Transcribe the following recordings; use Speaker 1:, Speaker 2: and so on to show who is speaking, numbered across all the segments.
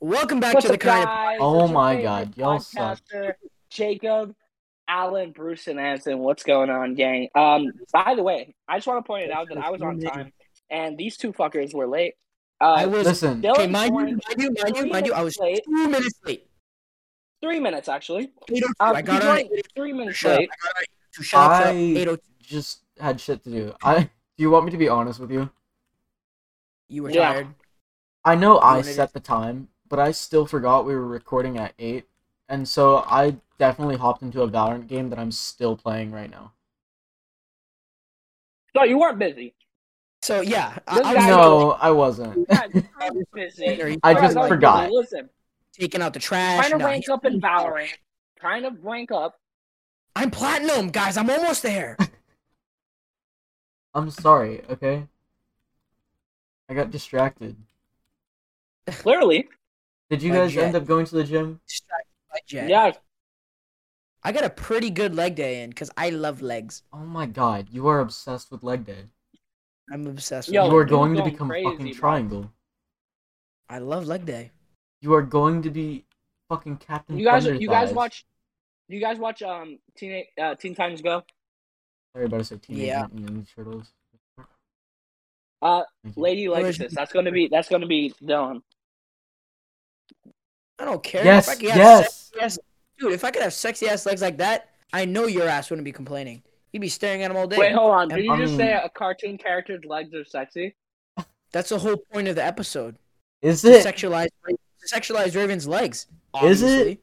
Speaker 1: Welcome back
Speaker 2: What's
Speaker 1: to the
Speaker 2: up,
Speaker 1: kind of
Speaker 2: guys?
Speaker 3: Oh
Speaker 2: It's your
Speaker 3: my
Speaker 2: favorite
Speaker 3: God, y'all suck.
Speaker 2: podcaster, Jacob, Alan, Bruce, and Anson. What's going on, gang? Um, by the way, I just want to point it out that I was on time, and these two fuckers were late. Uh,
Speaker 1: I was
Speaker 3: Listen,
Speaker 2: Dylan
Speaker 1: okay. Mind you,
Speaker 2: joined
Speaker 1: mind you, mind you,
Speaker 2: three
Speaker 1: mind you. I was
Speaker 2: minutes late.
Speaker 1: two minutes late.
Speaker 2: Three minutes actually.
Speaker 1: Eight oh two.
Speaker 2: Um,
Speaker 1: I got
Speaker 2: he
Speaker 1: on
Speaker 2: joined
Speaker 1: it.
Speaker 2: three minutes
Speaker 1: Shut up. I
Speaker 2: late.
Speaker 1: got on it. Two shots up.
Speaker 3: I-
Speaker 1: Eight oh two.
Speaker 3: just had shit to do. I do you want me to be honest with you?
Speaker 1: You were
Speaker 2: Yeah.
Speaker 1: tired.
Speaker 3: I know I
Speaker 1: wanted it-
Speaker 3: set the time, but I still forgot we were recording at eight, and so I definitely hopped into a Valorant game that I'm still playing right now.
Speaker 2: No, you weren't busy.
Speaker 1: So yeah, I,
Speaker 2: This
Speaker 1: I was
Speaker 2: guy-
Speaker 3: No, I
Speaker 2: You
Speaker 3: wasn't.
Speaker 2: guys were
Speaker 1: late, or
Speaker 2: busy.
Speaker 1: you
Speaker 3: I
Speaker 2: You
Speaker 3: just
Speaker 2: guys aren't
Speaker 3: forgot.
Speaker 2: busy. Listen,
Speaker 1: taking out the trash.
Speaker 2: trying to
Speaker 1: No,
Speaker 2: rank
Speaker 1: he-
Speaker 2: up in Valorant. Trying to rank up.
Speaker 1: I'm platinum, guys. I'm almost there.
Speaker 3: I'm sorry. Okay. I got distracted.
Speaker 2: Clearly,
Speaker 3: Did you
Speaker 1: By
Speaker 3: guys
Speaker 1: Jet.
Speaker 3: end up going to the gym?
Speaker 1: Distracted by Jack.
Speaker 2: yeah.
Speaker 1: I got a pretty good leg day in because I love legs.
Speaker 3: Oh my god, you are obsessed with leg day.
Speaker 1: I'm obsessed.
Speaker 2: Yo,
Speaker 1: with
Speaker 3: you are
Speaker 2: dude's
Speaker 3: going to
Speaker 2: going
Speaker 3: become
Speaker 2: crazy,
Speaker 3: fucking
Speaker 2: bro.
Speaker 3: triangle.
Speaker 1: I love leg day.
Speaker 3: You are going to be fucking Captain
Speaker 2: You guys,
Speaker 3: Thunder
Speaker 2: you guys
Speaker 3: thighs.
Speaker 2: watch, you guys watch um Teen uh, Teen Titans Go.
Speaker 3: Sorry about to say Teenage
Speaker 1: Yeah.
Speaker 3: Mutant Ninja Turtles.
Speaker 2: Uh,
Speaker 3: Thank you.
Speaker 2: Lady
Speaker 1: Who
Speaker 2: Legacy.
Speaker 1: is-
Speaker 2: That's gonna be that's gonna be Dylan.
Speaker 1: I don't care.
Speaker 3: Yes,
Speaker 1: If I could have
Speaker 3: yes.
Speaker 1: sexy ass- dude, if I could have sexy ass legs like that, I know your ass wouldn't be complaining. You'd be staring at them all day.
Speaker 2: Wait, hold on. Did you
Speaker 3: I
Speaker 2: just
Speaker 3: mean-
Speaker 2: say a cartoon character's legs are sexy?
Speaker 1: That's the whole point of the episode.
Speaker 3: Is
Speaker 1: To
Speaker 3: it?
Speaker 1: sexualize, to sexualize Raven's legs.
Speaker 3: Is it?
Speaker 1: obviously.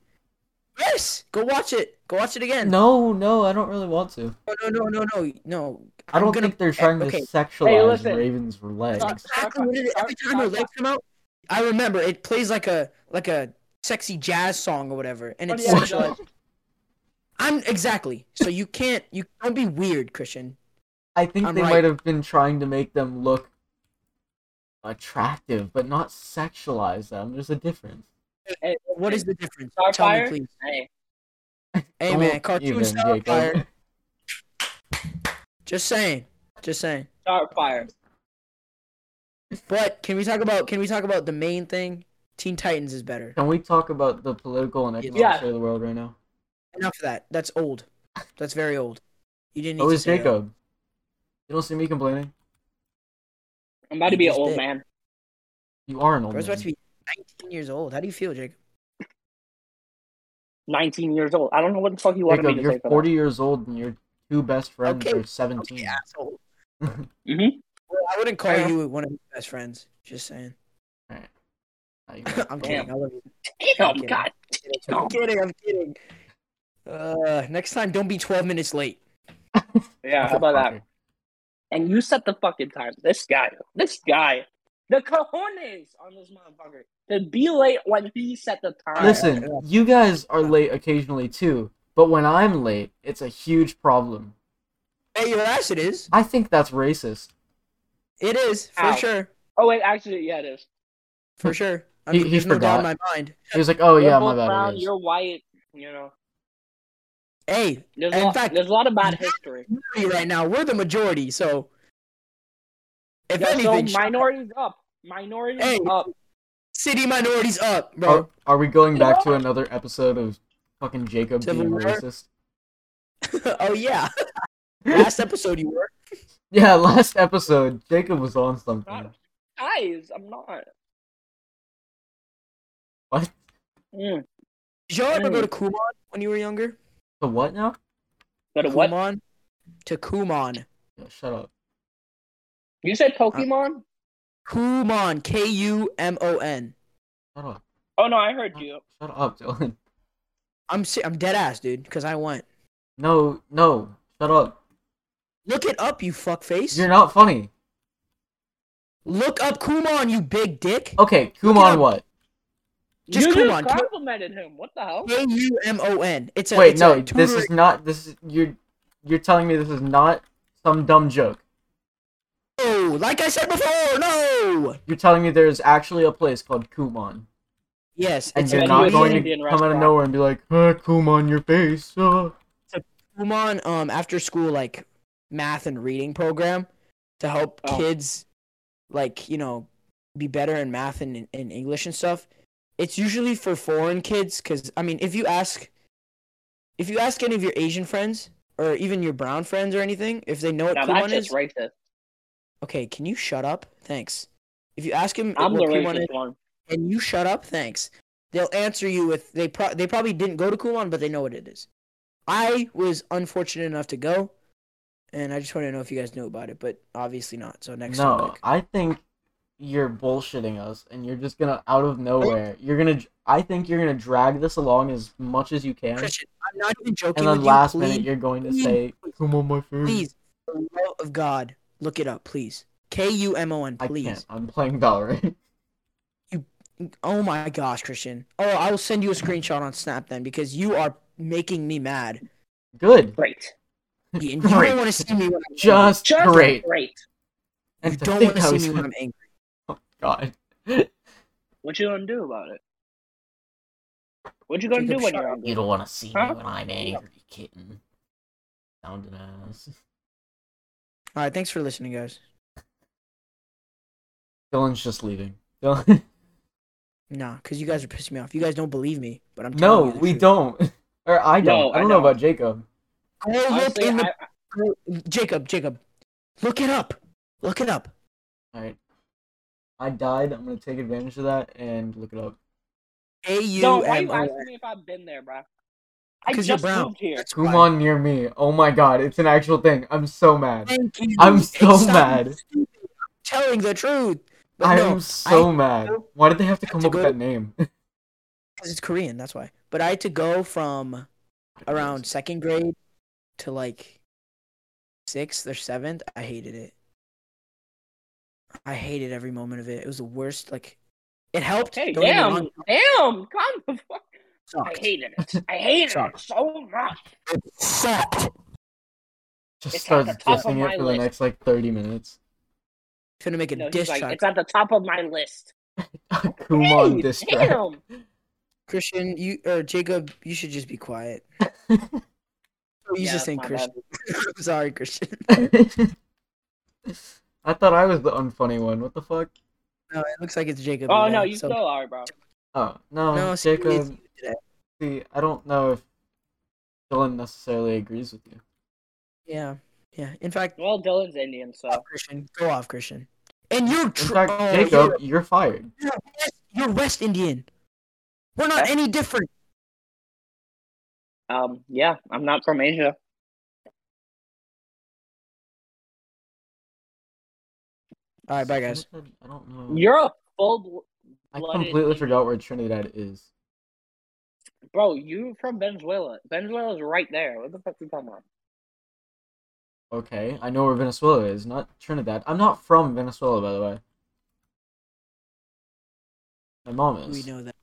Speaker 1: Yes. Go watch it. Go watch it again.
Speaker 3: No, no, I don't really want to.
Speaker 1: no, no, no, no, no. no.
Speaker 3: I
Speaker 1: I'm
Speaker 3: don't
Speaker 1: gonna- eh,
Speaker 3: think they're trying
Speaker 1: okay.
Speaker 3: to sexualize
Speaker 2: listen.
Speaker 3: Raven's legs.
Speaker 2: Stop-
Speaker 1: exactly what it is. Every time her legs come out, I remember it plays like a like a sexy jazz song or whatever, and it's
Speaker 3: Oh,
Speaker 2: Funny as
Speaker 1: sexualized. I'm exactly. So you can't. You don't be weird, Christian.
Speaker 3: I think
Speaker 1: I'm
Speaker 3: they
Speaker 1: right.
Speaker 3: might have been trying to make them look attractive, but not sexualize them. There's a difference.
Speaker 2: Hey,
Speaker 1: What is the difference? Tell me,
Speaker 2: Starfire?
Speaker 1: please.
Speaker 2: Hey,
Speaker 1: Hey
Speaker 3: Don't
Speaker 1: man, cartoon
Speaker 3: even, Jacob.
Speaker 1: Starfire. Just saying. Just saying.
Speaker 2: Starfire.
Speaker 1: But can we talk about can we talk about the main thing? Teen Titans is better.
Speaker 3: Can we talk about the political and economic
Speaker 2: Yeah.
Speaker 3: state of the world right now?
Speaker 1: Enough of that. That's old. That's very old. You didn't need
Speaker 3: Oh,
Speaker 1: to
Speaker 3: it's
Speaker 1: say that.
Speaker 3: Jacob. You don't see me complaining.
Speaker 2: I'm about to be an
Speaker 1: Just
Speaker 2: old
Speaker 1: did.
Speaker 2: man.
Speaker 3: You are an old
Speaker 1: Bro's
Speaker 3: man.
Speaker 1: about to be 19 years old. How do you feel, Jacob?
Speaker 2: 19 years old. I don't know what the fuck you wanted
Speaker 3: Jacob,
Speaker 2: me to
Speaker 3: you're
Speaker 2: say. for that.
Speaker 3: 40 years old and your two best friends
Speaker 1: Okay,
Speaker 3: are 17.
Speaker 1: Okay, asshole.
Speaker 2: Mhm.
Speaker 1: Well, I wouldn't call
Speaker 2: Fair.
Speaker 1: you one of your best friends. Just saying.
Speaker 3: Now you got-
Speaker 1: I'm kidding. I love you.
Speaker 2: Damn,
Speaker 1: Okay.
Speaker 2: Oh, God.
Speaker 1: I'm kidding. I'm kidding. Uh, next time, don't be 12 minutes late.
Speaker 2: Yeah, how about that?
Speaker 3: Fucker.
Speaker 2: And you set the fucking time. This guy, this guy, the cojones on this motherfucker to be late when he set the time.
Speaker 3: Listen, you guys are late occasionally too, but when I'm late, it's a huge problem.
Speaker 1: Hey, your ass it is.
Speaker 3: I think that's racist.
Speaker 1: It is for
Speaker 2: Ow.
Speaker 1: sure.
Speaker 2: Oh wait, actually, yeah, it is.
Speaker 1: For sure. I
Speaker 3: He-
Speaker 1: mean,
Speaker 3: he
Speaker 1: there's no doubt in my
Speaker 3: forgot.
Speaker 1: mind.
Speaker 3: He was like, "Oh
Speaker 2: You're
Speaker 3: yeah, my
Speaker 2: both
Speaker 3: bad." it
Speaker 2: brown,
Speaker 3: is.
Speaker 2: You're white. You know,
Speaker 1: Hey,
Speaker 2: there's
Speaker 1: In
Speaker 2: a lot,
Speaker 1: fact-
Speaker 2: there's a lot of bad history.
Speaker 1: minority right now we're the majority, so if
Speaker 2: Yeah,
Speaker 1: anything,
Speaker 2: so minorities up, minorities
Speaker 1: Hey,
Speaker 2: up.
Speaker 1: city minorities up, bro.
Speaker 3: Are, are we going back to another episode of fucking Jacob
Speaker 1: Civil
Speaker 3: being
Speaker 1: War?
Speaker 3: racist?
Speaker 1: oh yeah. Last episode you were.
Speaker 3: Yeah, last episode Jacob was on something.
Speaker 2: Not guys, I'm not.
Speaker 3: What?
Speaker 2: Mm.
Speaker 1: Did y'all ever go to Kumon when you were younger?
Speaker 3: The what now?
Speaker 2: But what?
Speaker 1: Kumon? To Kumon.
Speaker 3: Yeah, shut up.
Speaker 2: You
Speaker 1: Uh,
Speaker 2: said Pokemon?
Speaker 1: Kumon. K U M O N.
Speaker 3: Shut up.
Speaker 2: oh no, I heard you.
Speaker 3: Shut up, Dylan.
Speaker 1: I'm se- I'm dead ass, dude, because I went.
Speaker 3: No, no. Shut up.
Speaker 1: Look it up, you fuckface.
Speaker 3: You're not funny.
Speaker 1: Look up Kumon, you big dick.
Speaker 3: Okay,
Speaker 1: up.
Speaker 3: Kumon what?
Speaker 1: Just
Speaker 2: you
Speaker 1: Kumon.
Speaker 2: just complimented him. What the hell?
Speaker 1: K U M O N. It's a
Speaker 3: Oh. Wait,
Speaker 1: it's
Speaker 3: no.
Speaker 1: a
Speaker 3: This
Speaker 1: tutoring-
Speaker 3: is not this is you're you're telling me this is not some dumb joke.
Speaker 1: No, like I said before, no.
Speaker 3: You're telling me there's actually a place called Kumon,
Speaker 1: Yes,
Speaker 3: and
Speaker 1: it's
Speaker 3: you're
Speaker 1: a
Speaker 2: an
Speaker 3: not
Speaker 2: Indian
Speaker 3: going to
Speaker 2: Indian
Speaker 3: come out
Speaker 2: restaurant.
Speaker 3: of nowhere and be like, "Huh, Kumon, your face." Uh.
Speaker 1: Kumon um after school like math and reading program to help
Speaker 2: Oh.
Speaker 1: kids like you know be better in math and in English and stuff. it's usually for foreign kids because I mean, if you ask, if you ask any of your Asian friends or even your brown friends or anything, if they know what
Speaker 2: Now
Speaker 1: P1
Speaker 2: that's
Speaker 1: is,
Speaker 2: just racist.
Speaker 1: okay, can you shut up? Thanks. If you ask them
Speaker 2: I'm the
Speaker 1: what P1 is,
Speaker 2: racist one.
Speaker 1: and you shut up, thanks. They'll answer you with they pro- they probably didn't go to Kulon, but they know what it is. I was unfortunate enough to go, and I just want to know if you guys knew about it, but obviously not. So next
Speaker 3: no,
Speaker 1: topic.
Speaker 3: I think you're bullshitting us, and you're just gonna out of nowhere. You're gonna. I think you're gonna drag this along as much as you can,
Speaker 1: Christian, I'm not even joking
Speaker 3: and then
Speaker 1: with
Speaker 3: last
Speaker 1: you. Please,
Speaker 3: minute you're going to
Speaker 1: please,
Speaker 3: say, "Come on, my friend."
Speaker 1: please, for the love of God, look it up, please. K U M O N,
Speaker 3: I
Speaker 1: please.
Speaker 3: can't. I'm playing Valorant.
Speaker 1: Oh my gosh, Christian. Oh, I will send you a screenshot on Snap then because you are making me mad.
Speaker 3: Good.
Speaker 2: Great.
Speaker 1: And you
Speaker 3: Great.
Speaker 1: don't want to see me when I'm angry.
Speaker 3: Just,
Speaker 2: Just
Speaker 3: great.
Speaker 2: great.
Speaker 1: You
Speaker 3: And to
Speaker 1: don't
Speaker 3: think
Speaker 1: want to
Speaker 3: I
Speaker 1: see
Speaker 3: was
Speaker 1: me when
Speaker 3: gonna-
Speaker 1: I'm angry.
Speaker 3: God.
Speaker 2: What you gonna do about it? What you gonna
Speaker 1: Jacob,
Speaker 2: do when
Speaker 1: shut
Speaker 2: you're
Speaker 1: up.
Speaker 2: angry?
Speaker 3: don't want to see
Speaker 2: Huh?
Speaker 3: when I'm angry, kitten. Sounded ass.
Speaker 1: All right, thanks for listening, guys.
Speaker 3: Dylan's just leaving. Dylan.
Speaker 1: Nah, because you guys are pissing me off. You guys don't believe me, but I'm
Speaker 3: No,
Speaker 1: telling you the
Speaker 3: we
Speaker 1: truth.
Speaker 3: don't. Or I don't.
Speaker 2: No,
Speaker 3: I
Speaker 2: I
Speaker 3: don't know
Speaker 2: don't.
Speaker 3: about Jacob.
Speaker 1: Go look
Speaker 2: Honestly,
Speaker 1: in the
Speaker 2: I,
Speaker 1: Jacob, Jacob, look it up. Look it up.
Speaker 3: Alright. I died. I'm gonna take advantage of that and look it up.
Speaker 1: A U
Speaker 2: Yo, why
Speaker 1: M
Speaker 2: you
Speaker 1: O.
Speaker 2: asking me if I've been there, bro? I
Speaker 1: 'Cause
Speaker 2: just
Speaker 1: uh, you're brown.
Speaker 2: moved here.
Speaker 1: That's why.
Speaker 3: Kumon near me. Oh my god, it's an actual thing. I'm so mad.
Speaker 1: Thank you.
Speaker 3: I'm so
Speaker 1: It's not
Speaker 3: mad.
Speaker 1: stupid. I'm telling the truth. But
Speaker 3: I
Speaker 1: no,
Speaker 3: am so mad. Why did they have to come
Speaker 1: to
Speaker 3: up with
Speaker 1: go-
Speaker 3: that name?
Speaker 1: because it's Korean. That's why. But I had to go from around second grade to like sixth or seventh. I hated it. I hated every moment of it. It was the worst. Like, it helped.
Speaker 2: Hey,
Speaker 1: don't get me
Speaker 2: damn,
Speaker 1: wrong,
Speaker 2: damn, calm the fuck. I
Speaker 1: Sucked.
Speaker 2: hated it. I hated it
Speaker 1: Sucked.
Speaker 2: so much.
Speaker 1: It sucked.
Speaker 2: It's
Speaker 3: Just
Speaker 2: at
Speaker 3: starts
Speaker 2: the top of
Speaker 3: dissing
Speaker 2: my
Speaker 3: it for the
Speaker 2: list.
Speaker 3: next like 30 minutes.
Speaker 1: Finna make a
Speaker 2: No,
Speaker 1: diss
Speaker 2: he's like,
Speaker 1: track.
Speaker 2: it's at the top of my list.
Speaker 3: Kumon
Speaker 2: Hey,
Speaker 3: diss track.
Speaker 2: damn.
Speaker 1: Christian, you or Jacob, you should just be quiet. You
Speaker 2: Yeah,
Speaker 1: should sing
Speaker 2: my Oh,
Speaker 1: Christian. I'm sorry, Christian.
Speaker 3: I thought I was the unfunny one. What the fuck?
Speaker 1: No, it looks like it's Jacob.
Speaker 2: Oh
Speaker 1: today,
Speaker 2: no, you
Speaker 1: so-
Speaker 2: still are, bro.
Speaker 3: Oh no,
Speaker 1: No, see, it's
Speaker 3: Jacob.
Speaker 1: you today.
Speaker 3: See, I don't know if Dylan necessarily agrees with you.
Speaker 1: Yeah, yeah. In fact,
Speaker 2: Well, Dylan's Indian, so
Speaker 1: Christian, go off, Christian. And you're
Speaker 3: In
Speaker 1: tr-
Speaker 3: fact,
Speaker 1: oh,
Speaker 3: Jacob,
Speaker 1: you're-
Speaker 3: you're fired.
Speaker 1: You're West, you're West Indian. We're not any different.
Speaker 2: um, yeah, I'm not from Asia.
Speaker 1: All right, bye guys.
Speaker 3: Trinidad- I don't
Speaker 1: Mm.
Speaker 3: know.
Speaker 2: You're a full
Speaker 3: I
Speaker 2: blooded
Speaker 3: completely forgot where Trinidad is.
Speaker 2: bro. You're from Venezuela. Venezuela's right there. What the fuck you talking about?
Speaker 3: Okay, I know where Venezuela is, not Trinidad. I'm not from Venezuela, by the way. My mom is.
Speaker 1: We know that.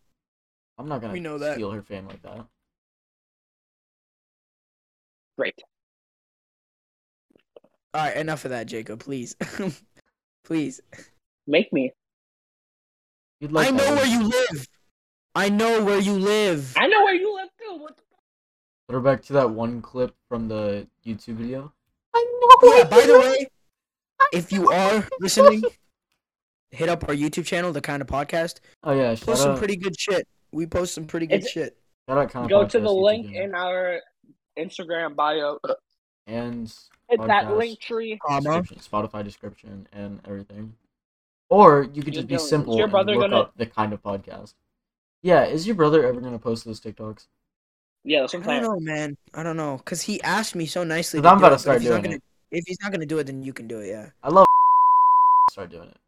Speaker 3: I'm not gonna
Speaker 1: we know that.
Speaker 3: steal her fame like that.
Speaker 2: Great.
Speaker 1: All right, enough of that, Jacob. Please, please.
Speaker 2: Make me.
Speaker 3: You'd like
Speaker 1: I
Speaker 3: that,
Speaker 1: know where
Speaker 3: wouldn't
Speaker 1: you live. I know where you live.
Speaker 2: I know where you live too. What the
Speaker 3: Throw back to that one clip from the YouTube video. I
Speaker 1: Oh, yeah, by the way, if you are listening, hit up our YouTube channel, The Kind of Podcast.
Speaker 3: Oh yeah,
Speaker 1: We
Speaker 3: shout
Speaker 1: post some
Speaker 3: out,
Speaker 1: pretty good shit. We post some pretty good
Speaker 2: It's-
Speaker 1: shit.
Speaker 3: shout out Comic
Speaker 2: go
Speaker 3: Podcast
Speaker 2: to the
Speaker 3: YouTube
Speaker 2: link
Speaker 3: channel.
Speaker 2: in our Instagram bio.
Speaker 3: and
Speaker 2: Hit that
Speaker 3: podcast
Speaker 2: link tree.
Speaker 1: Comma.
Speaker 3: description, Spotify description, and everything. Or you could
Speaker 2: You're
Speaker 3: just be
Speaker 2: doing- is
Speaker 3: simple
Speaker 2: your
Speaker 3: and look
Speaker 2: brother gonna-
Speaker 3: up the kind of podcast. Yeah, is your brother ever gonna post those TikToks?
Speaker 2: Yeah, that's
Speaker 1: I
Speaker 2: what I'm
Speaker 1: don't
Speaker 2: saying.
Speaker 1: know, man. I don't know, cause he asked me so nicely.
Speaker 3: Cause I'm
Speaker 1: do
Speaker 3: about to
Speaker 1: it, but
Speaker 3: start
Speaker 1: if he's not
Speaker 3: doing
Speaker 1: gonna,
Speaker 3: it.
Speaker 1: If he's not gonna do it, then you can do it. Yeah.
Speaker 3: I love start doing it.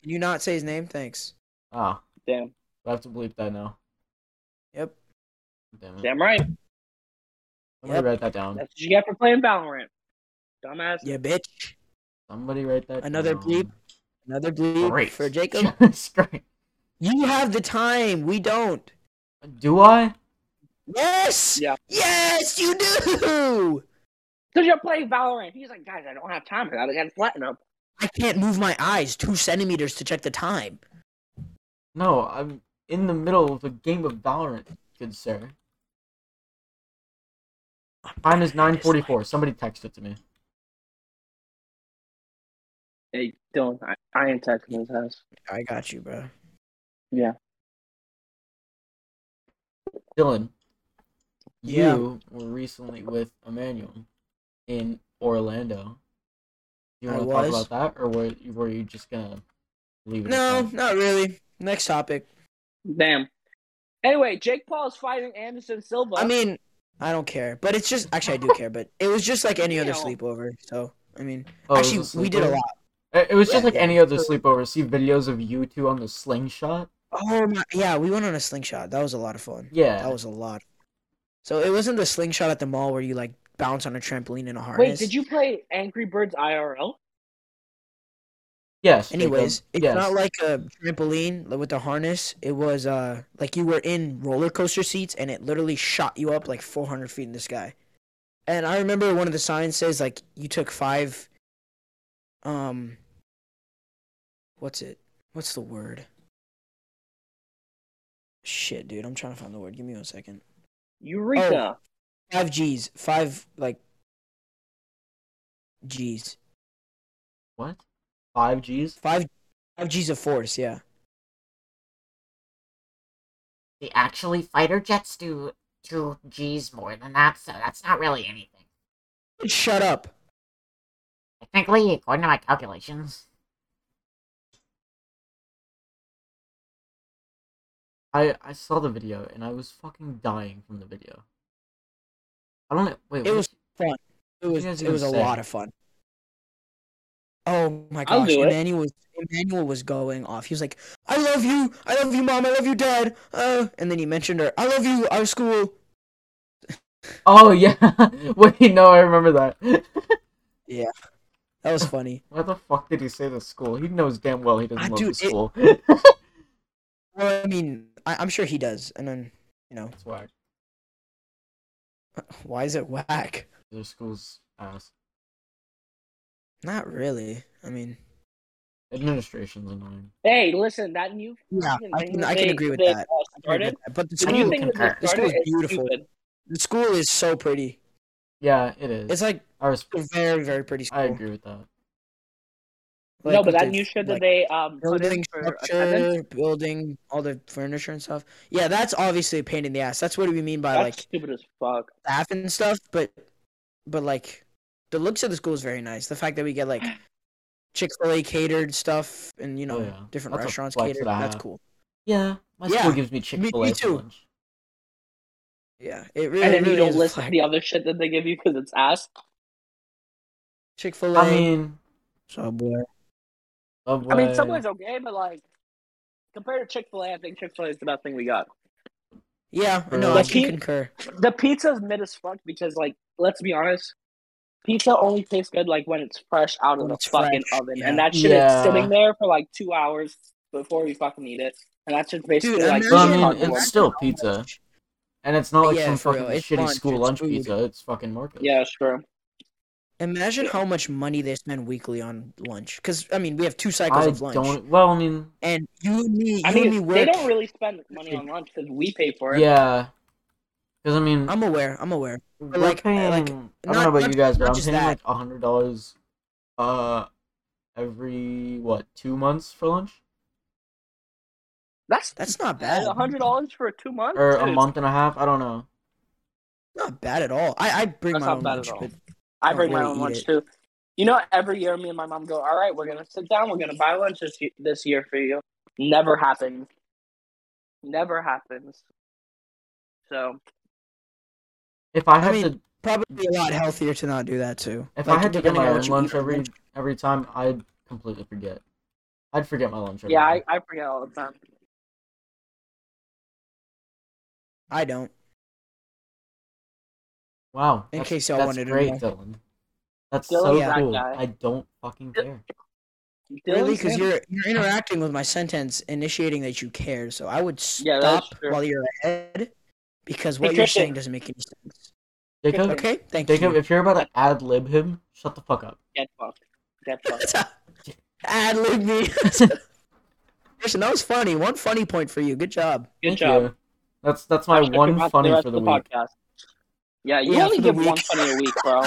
Speaker 1: Can you not say his name? Thanks.
Speaker 3: Ah,
Speaker 2: Damn,
Speaker 3: I have to bleep that now.
Speaker 1: Yep.
Speaker 3: Damn it.
Speaker 2: damn right.
Speaker 3: Somebody
Speaker 1: Yep.
Speaker 3: write that down.
Speaker 2: That's what you get for playing Valorant. Dumbass.
Speaker 1: Yeah, bitch.
Speaker 3: Somebody write that
Speaker 1: Another
Speaker 3: down.
Speaker 1: bleep. Another bleep
Speaker 3: Great.
Speaker 1: for Jacob.
Speaker 3: Jesus Christ.
Speaker 1: you have the time. We don't.
Speaker 3: Do I?
Speaker 1: Yes.
Speaker 2: Yeah.
Speaker 1: Yes, you do.
Speaker 2: Cause you're playing Valorant. He's like, guys, I don't have time for that. I got platinum.
Speaker 1: I can't move my eyes two centimeters to check the time.
Speaker 3: No, I'm in the middle of a game of Valorant, good sir. Time is 9:44. Somebody text it to me.
Speaker 2: Hey, Dylan, I, I ain't texting his house.
Speaker 1: I got you, bro.
Speaker 2: Yeah.
Speaker 3: Dylan,
Speaker 1: Yeah.
Speaker 3: you were recently with Emmanuel in Orlando. Do you
Speaker 1: I
Speaker 3: want to talk
Speaker 1: was.
Speaker 3: about that, or were were you just gonna leave it? at
Speaker 1: No,
Speaker 3: that?
Speaker 1: not really. Next topic.
Speaker 2: Damn. Anyway, Jake Paul is fighting Anderson Silva.
Speaker 1: I mean, I don't care, but it's just actually I do care, but it was just like any other
Speaker 2: Ew.
Speaker 1: sleepover. So I mean,
Speaker 3: Oh, it was
Speaker 1: actually
Speaker 3: a
Speaker 1: we did a
Speaker 3: sleepover?
Speaker 1: lot.
Speaker 3: It it was just
Speaker 1: Yeah,
Speaker 3: like
Speaker 1: yeah.
Speaker 3: any other sleepover. See videos of you two on the slingshot.
Speaker 1: Oh my, yeah, we went on a slingshot. That was a lot of fun.
Speaker 3: Yeah,
Speaker 1: That was a lot. So it wasn't the slingshot at the mall where you like bounce on a trampoline in a harness.
Speaker 2: wait, did you play Angry Birds IRL?
Speaker 3: yes. Jacob.
Speaker 1: Anyways, it's
Speaker 3: yes.
Speaker 1: not like a trampoline like, with the harness. It was uh like you were in roller coaster seats and it literally shot you up like 400 feet in the sky. And I remember one of the signs says like you took five. Um. What's it? What's the word? Shit, dude, I'm trying to find the word. Give me one second. Oh.
Speaker 2: Eureka.
Speaker 1: Five G's, five like G's,
Speaker 3: what? Five Gs.
Speaker 1: five five G's of force. Yeah.
Speaker 4: The actually fighter jets do two G's more than that, so that's not really anything.
Speaker 1: Shut up.
Speaker 4: Technically, according to my calculations,
Speaker 3: I I saw the video and I was fucking dying from the video. I don't know. Wait,
Speaker 1: It
Speaker 3: what
Speaker 1: was-
Speaker 3: did
Speaker 1: It was
Speaker 3: guys
Speaker 1: it was a
Speaker 3: gonna say?
Speaker 1: lot of fun. Oh my
Speaker 2: I'll
Speaker 1: gosh!
Speaker 2: do it.
Speaker 1: Emmanuel was Emmanuel was going off. He was like, "I love you, I love you, mom, I love you, dad." Uh, and then he mentioned her. I love you, our school.
Speaker 3: you- Oh yeah. Wait, no, I remember that.
Speaker 1: That was funny.
Speaker 3: Why the fuck did he say the school? He knows damn well he doesn't
Speaker 1: Ah,
Speaker 3: love
Speaker 1: dude,
Speaker 3: the
Speaker 1: it-
Speaker 3: school.
Speaker 1: well, I mean, I, I'm sure he does. And then you know,
Speaker 3: That's why
Speaker 1: why is it whack?
Speaker 3: their school's ass.
Speaker 1: Not really. I mean,
Speaker 3: Administration's annoying.
Speaker 2: Hey, listen, that new
Speaker 1: yeah,
Speaker 2: fucking
Speaker 1: I
Speaker 2: thing
Speaker 1: can
Speaker 2: that
Speaker 1: I can
Speaker 2: they-
Speaker 1: agree with
Speaker 2: they,
Speaker 1: that.
Speaker 2: uh,
Speaker 1: I agree with
Speaker 2: started.
Speaker 1: that. But the
Speaker 2: The new
Speaker 1: school,
Speaker 4: you
Speaker 2: thing that
Speaker 4: concur.
Speaker 2: they
Speaker 1: This school
Speaker 2: started
Speaker 1: is
Speaker 2: is
Speaker 1: beautiful.
Speaker 2: stupid.
Speaker 1: the school is so pretty.
Speaker 3: Yeah, it is.
Speaker 1: It's like
Speaker 3: I, res-
Speaker 1: a very very pretty school.
Speaker 3: I agree with that.
Speaker 1: Like,
Speaker 2: no, but
Speaker 1: with
Speaker 2: that
Speaker 1: the,
Speaker 2: new shit that
Speaker 1: like,
Speaker 2: they um put in
Speaker 1: building
Speaker 2: for attendance,
Speaker 1: structure, building all the furniture and stuff. Yeah, that's obviously a pain in the ass. That's what we mean by
Speaker 2: that's
Speaker 1: like
Speaker 2: stupid as fuck.
Speaker 1: staff and stuff. But but like the looks of the school is very nice. The fact that we get like Chick Fil A catered stuff and you know
Speaker 3: Oh, yeah.
Speaker 1: different
Speaker 3: That's a
Speaker 1: restaurants
Speaker 3: flex
Speaker 1: catered.
Speaker 3: that I
Speaker 1: That's
Speaker 3: have.
Speaker 1: cool.
Speaker 3: Yeah, my
Speaker 1: Yeah,
Speaker 3: school gives me Chick Fil A
Speaker 1: too.
Speaker 3: for lunch.
Speaker 1: Yeah, it really.
Speaker 2: And then you
Speaker 1: really
Speaker 2: don't
Speaker 1: is a
Speaker 2: listen to
Speaker 1: flex.
Speaker 2: the other shit that they give you because it's ass.
Speaker 1: Chick Fil
Speaker 3: I
Speaker 1: A.
Speaker 3: mean,
Speaker 1: Subway.
Speaker 2: I mean,
Speaker 3: Subway-
Speaker 2: Subway's okay, but like compared to Chick Fil A, I think Chick Fil A is the best thing we got.
Speaker 1: Yeah,
Speaker 3: Or
Speaker 1: no, I
Speaker 3: like-
Speaker 1: can concur.
Speaker 2: The pizza's mid as fuck because, like, let's be honest, pizza only tastes good like when it's fresh out of
Speaker 1: When
Speaker 2: the
Speaker 1: it's
Speaker 2: fucking
Speaker 1: fresh,
Speaker 2: oven,
Speaker 1: yeah.
Speaker 2: and that shit
Speaker 3: Yeah.
Speaker 2: is sitting there for like two hours before we fucking eat it, and that's just basically
Speaker 1: Dude,
Speaker 2: like.
Speaker 1: imagine-
Speaker 3: But I mean,
Speaker 2: fucking
Speaker 1: Imagine-
Speaker 3: it's
Speaker 2: lunch.
Speaker 3: still pizza, and it's not like
Speaker 1: Yeah,
Speaker 3: some
Speaker 1: for
Speaker 3: fucking
Speaker 1: real, it's
Speaker 3: shitty
Speaker 1: lunch,
Speaker 3: school
Speaker 1: it's
Speaker 3: lunch
Speaker 1: food.
Speaker 3: pizza. It's fucking market.
Speaker 2: Yeah, sure.
Speaker 1: Imagine how much money they spend weekly on lunch. Because I mean, we have two cycles
Speaker 3: I
Speaker 1: of lunch,
Speaker 3: don't. Well, I mean,
Speaker 1: and you and me, you
Speaker 2: I
Speaker 1: and me
Speaker 2: mean,
Speaker 1: work.
Speaker 2: they don't really spend money on lunch because we pay for it.
Speaker 3: yeah, because I mean,
Speaker 1: I'm aware. I'm aware.
Speaker 3: we're
Speaker 1: like-
Speaker 3: paying.
Speaker 1: like,
Speaker 3: I don't know
Speaker 1: not-
Speaker 3: about
Speaker 1: not-
Speaker 3: you guys, but
Speaker 1: not
Speaker 3: I'm
Speaker 1: just
Speaker 3: paying
Speaker 1: that.
Speaker 3: like a hundred dollars, uh, every what two months for lunch
Speaker 2: That's
Speaker 1: That's not bad.
Speaker 2: a hundred dollars for two months
Speaker 3: or a
Speaker 2: Dude,
Speaker 3: month and a half. I don't know.
Speaker 1: Not bad at all. I, I bring
Speaker 2: That's
Speaker 1: my
Speaker 2: not
Speaker 1: own
Speaker 2: bad
Speaker 1: lunch,
Speaker 2: at all.
Speaker 1: but
Speaker 2: I
Speaker 1: don't
Speaker 2: bring my
Speaker 1: really
Speaker 2: own
Speaker 1: eat
Speaker 2: lunch
Speaker 1: it.
Speaker 2: too. You know, every year me and my mom go, "All right, we're gonna sit down. We're gonna buy lunch this y- this year for you." Never happens. Never happens. So
Speaker 3: If
Speaker 1: I
Speaker 3: I had
Speaker 1: mean,
Speaker 3: to,
Speaker 1: probably a lot healthier to not do that too.
Speaker 3: if I
Speaker 1: Like,
Speaker 3: had to get
Speaker 1: depending
Speaker 3: my
Speaker 1: on
Speaker 3: own
Speaker 1: what you
Speaker 3: lunch
Speaker 1: eat on
Speaker 3: every every time, I'd completely forget. I'd forget my lunch. Every
Speaker 2: yeah,
Speaker 3: time.
Speaker 2: I, I forget all the time.
Speaker 1: I don't.
Speaker 3: Wow.
Speaker 1: In
Speaker 3: that's-
Speaker 1: case y'all
Speaker 3: that's
Speaker 1: wanted to
Speaker 3: great,
Speaker 1: know.
Speaker 3: Dylan. That's
Speaker 2: Dylan's
Speaker 3: so
Speaker 1: that
Speaker 3: cool.
Speaker 2: guy.
Speaker 3: I don't fucking
Speaker 2: D-
Speaker 3: care.
Speaker 1: Really,
Speaker 2: Dylan's
Speaker 1: because
Speaker 2: name-
Speaker 1: you're you're interacting with my sentence, initiating that you care. So I would stop
Speaker 2: Yeah, that's true.
Speaker 1: while you're ahead, because
Speaker 2: Hey,
Speaker 1: what you're
Speaker 2: Christian.
Speaker 1: saying doesn't make any sense.
Speaker 3: Jacob,
Speaker 1: Okay, thank
Speaker 3: Jacob,
Speaker 1: you.
Speaker 3: if you're about to ad lib him, shut the fuck up.
Speaker 2: get fucked. Get fucked.
Speaker 1: Ad lib me. Listen, that was funny. One funny point for you. Good job.
Speaker 2: Good
Speaker 3: Thank
Speaker 2: job.
Speaker 3: you. That's that's my
Speaker 2: Check him
Speaker 3: one
Speaker 2: out
Speaker 3: funny
Speaker 2: rest
Speaker 3: for
Speaker 2: of
Speaker 3: the week.
Speaker 2: podcast. Yeah, you
Speaker 1: Yeah,
Speaker 2: only
Speaker 1: for the
Speaker 2: give one
Speaker 1: week.
Speaker 2: funny a week, bro.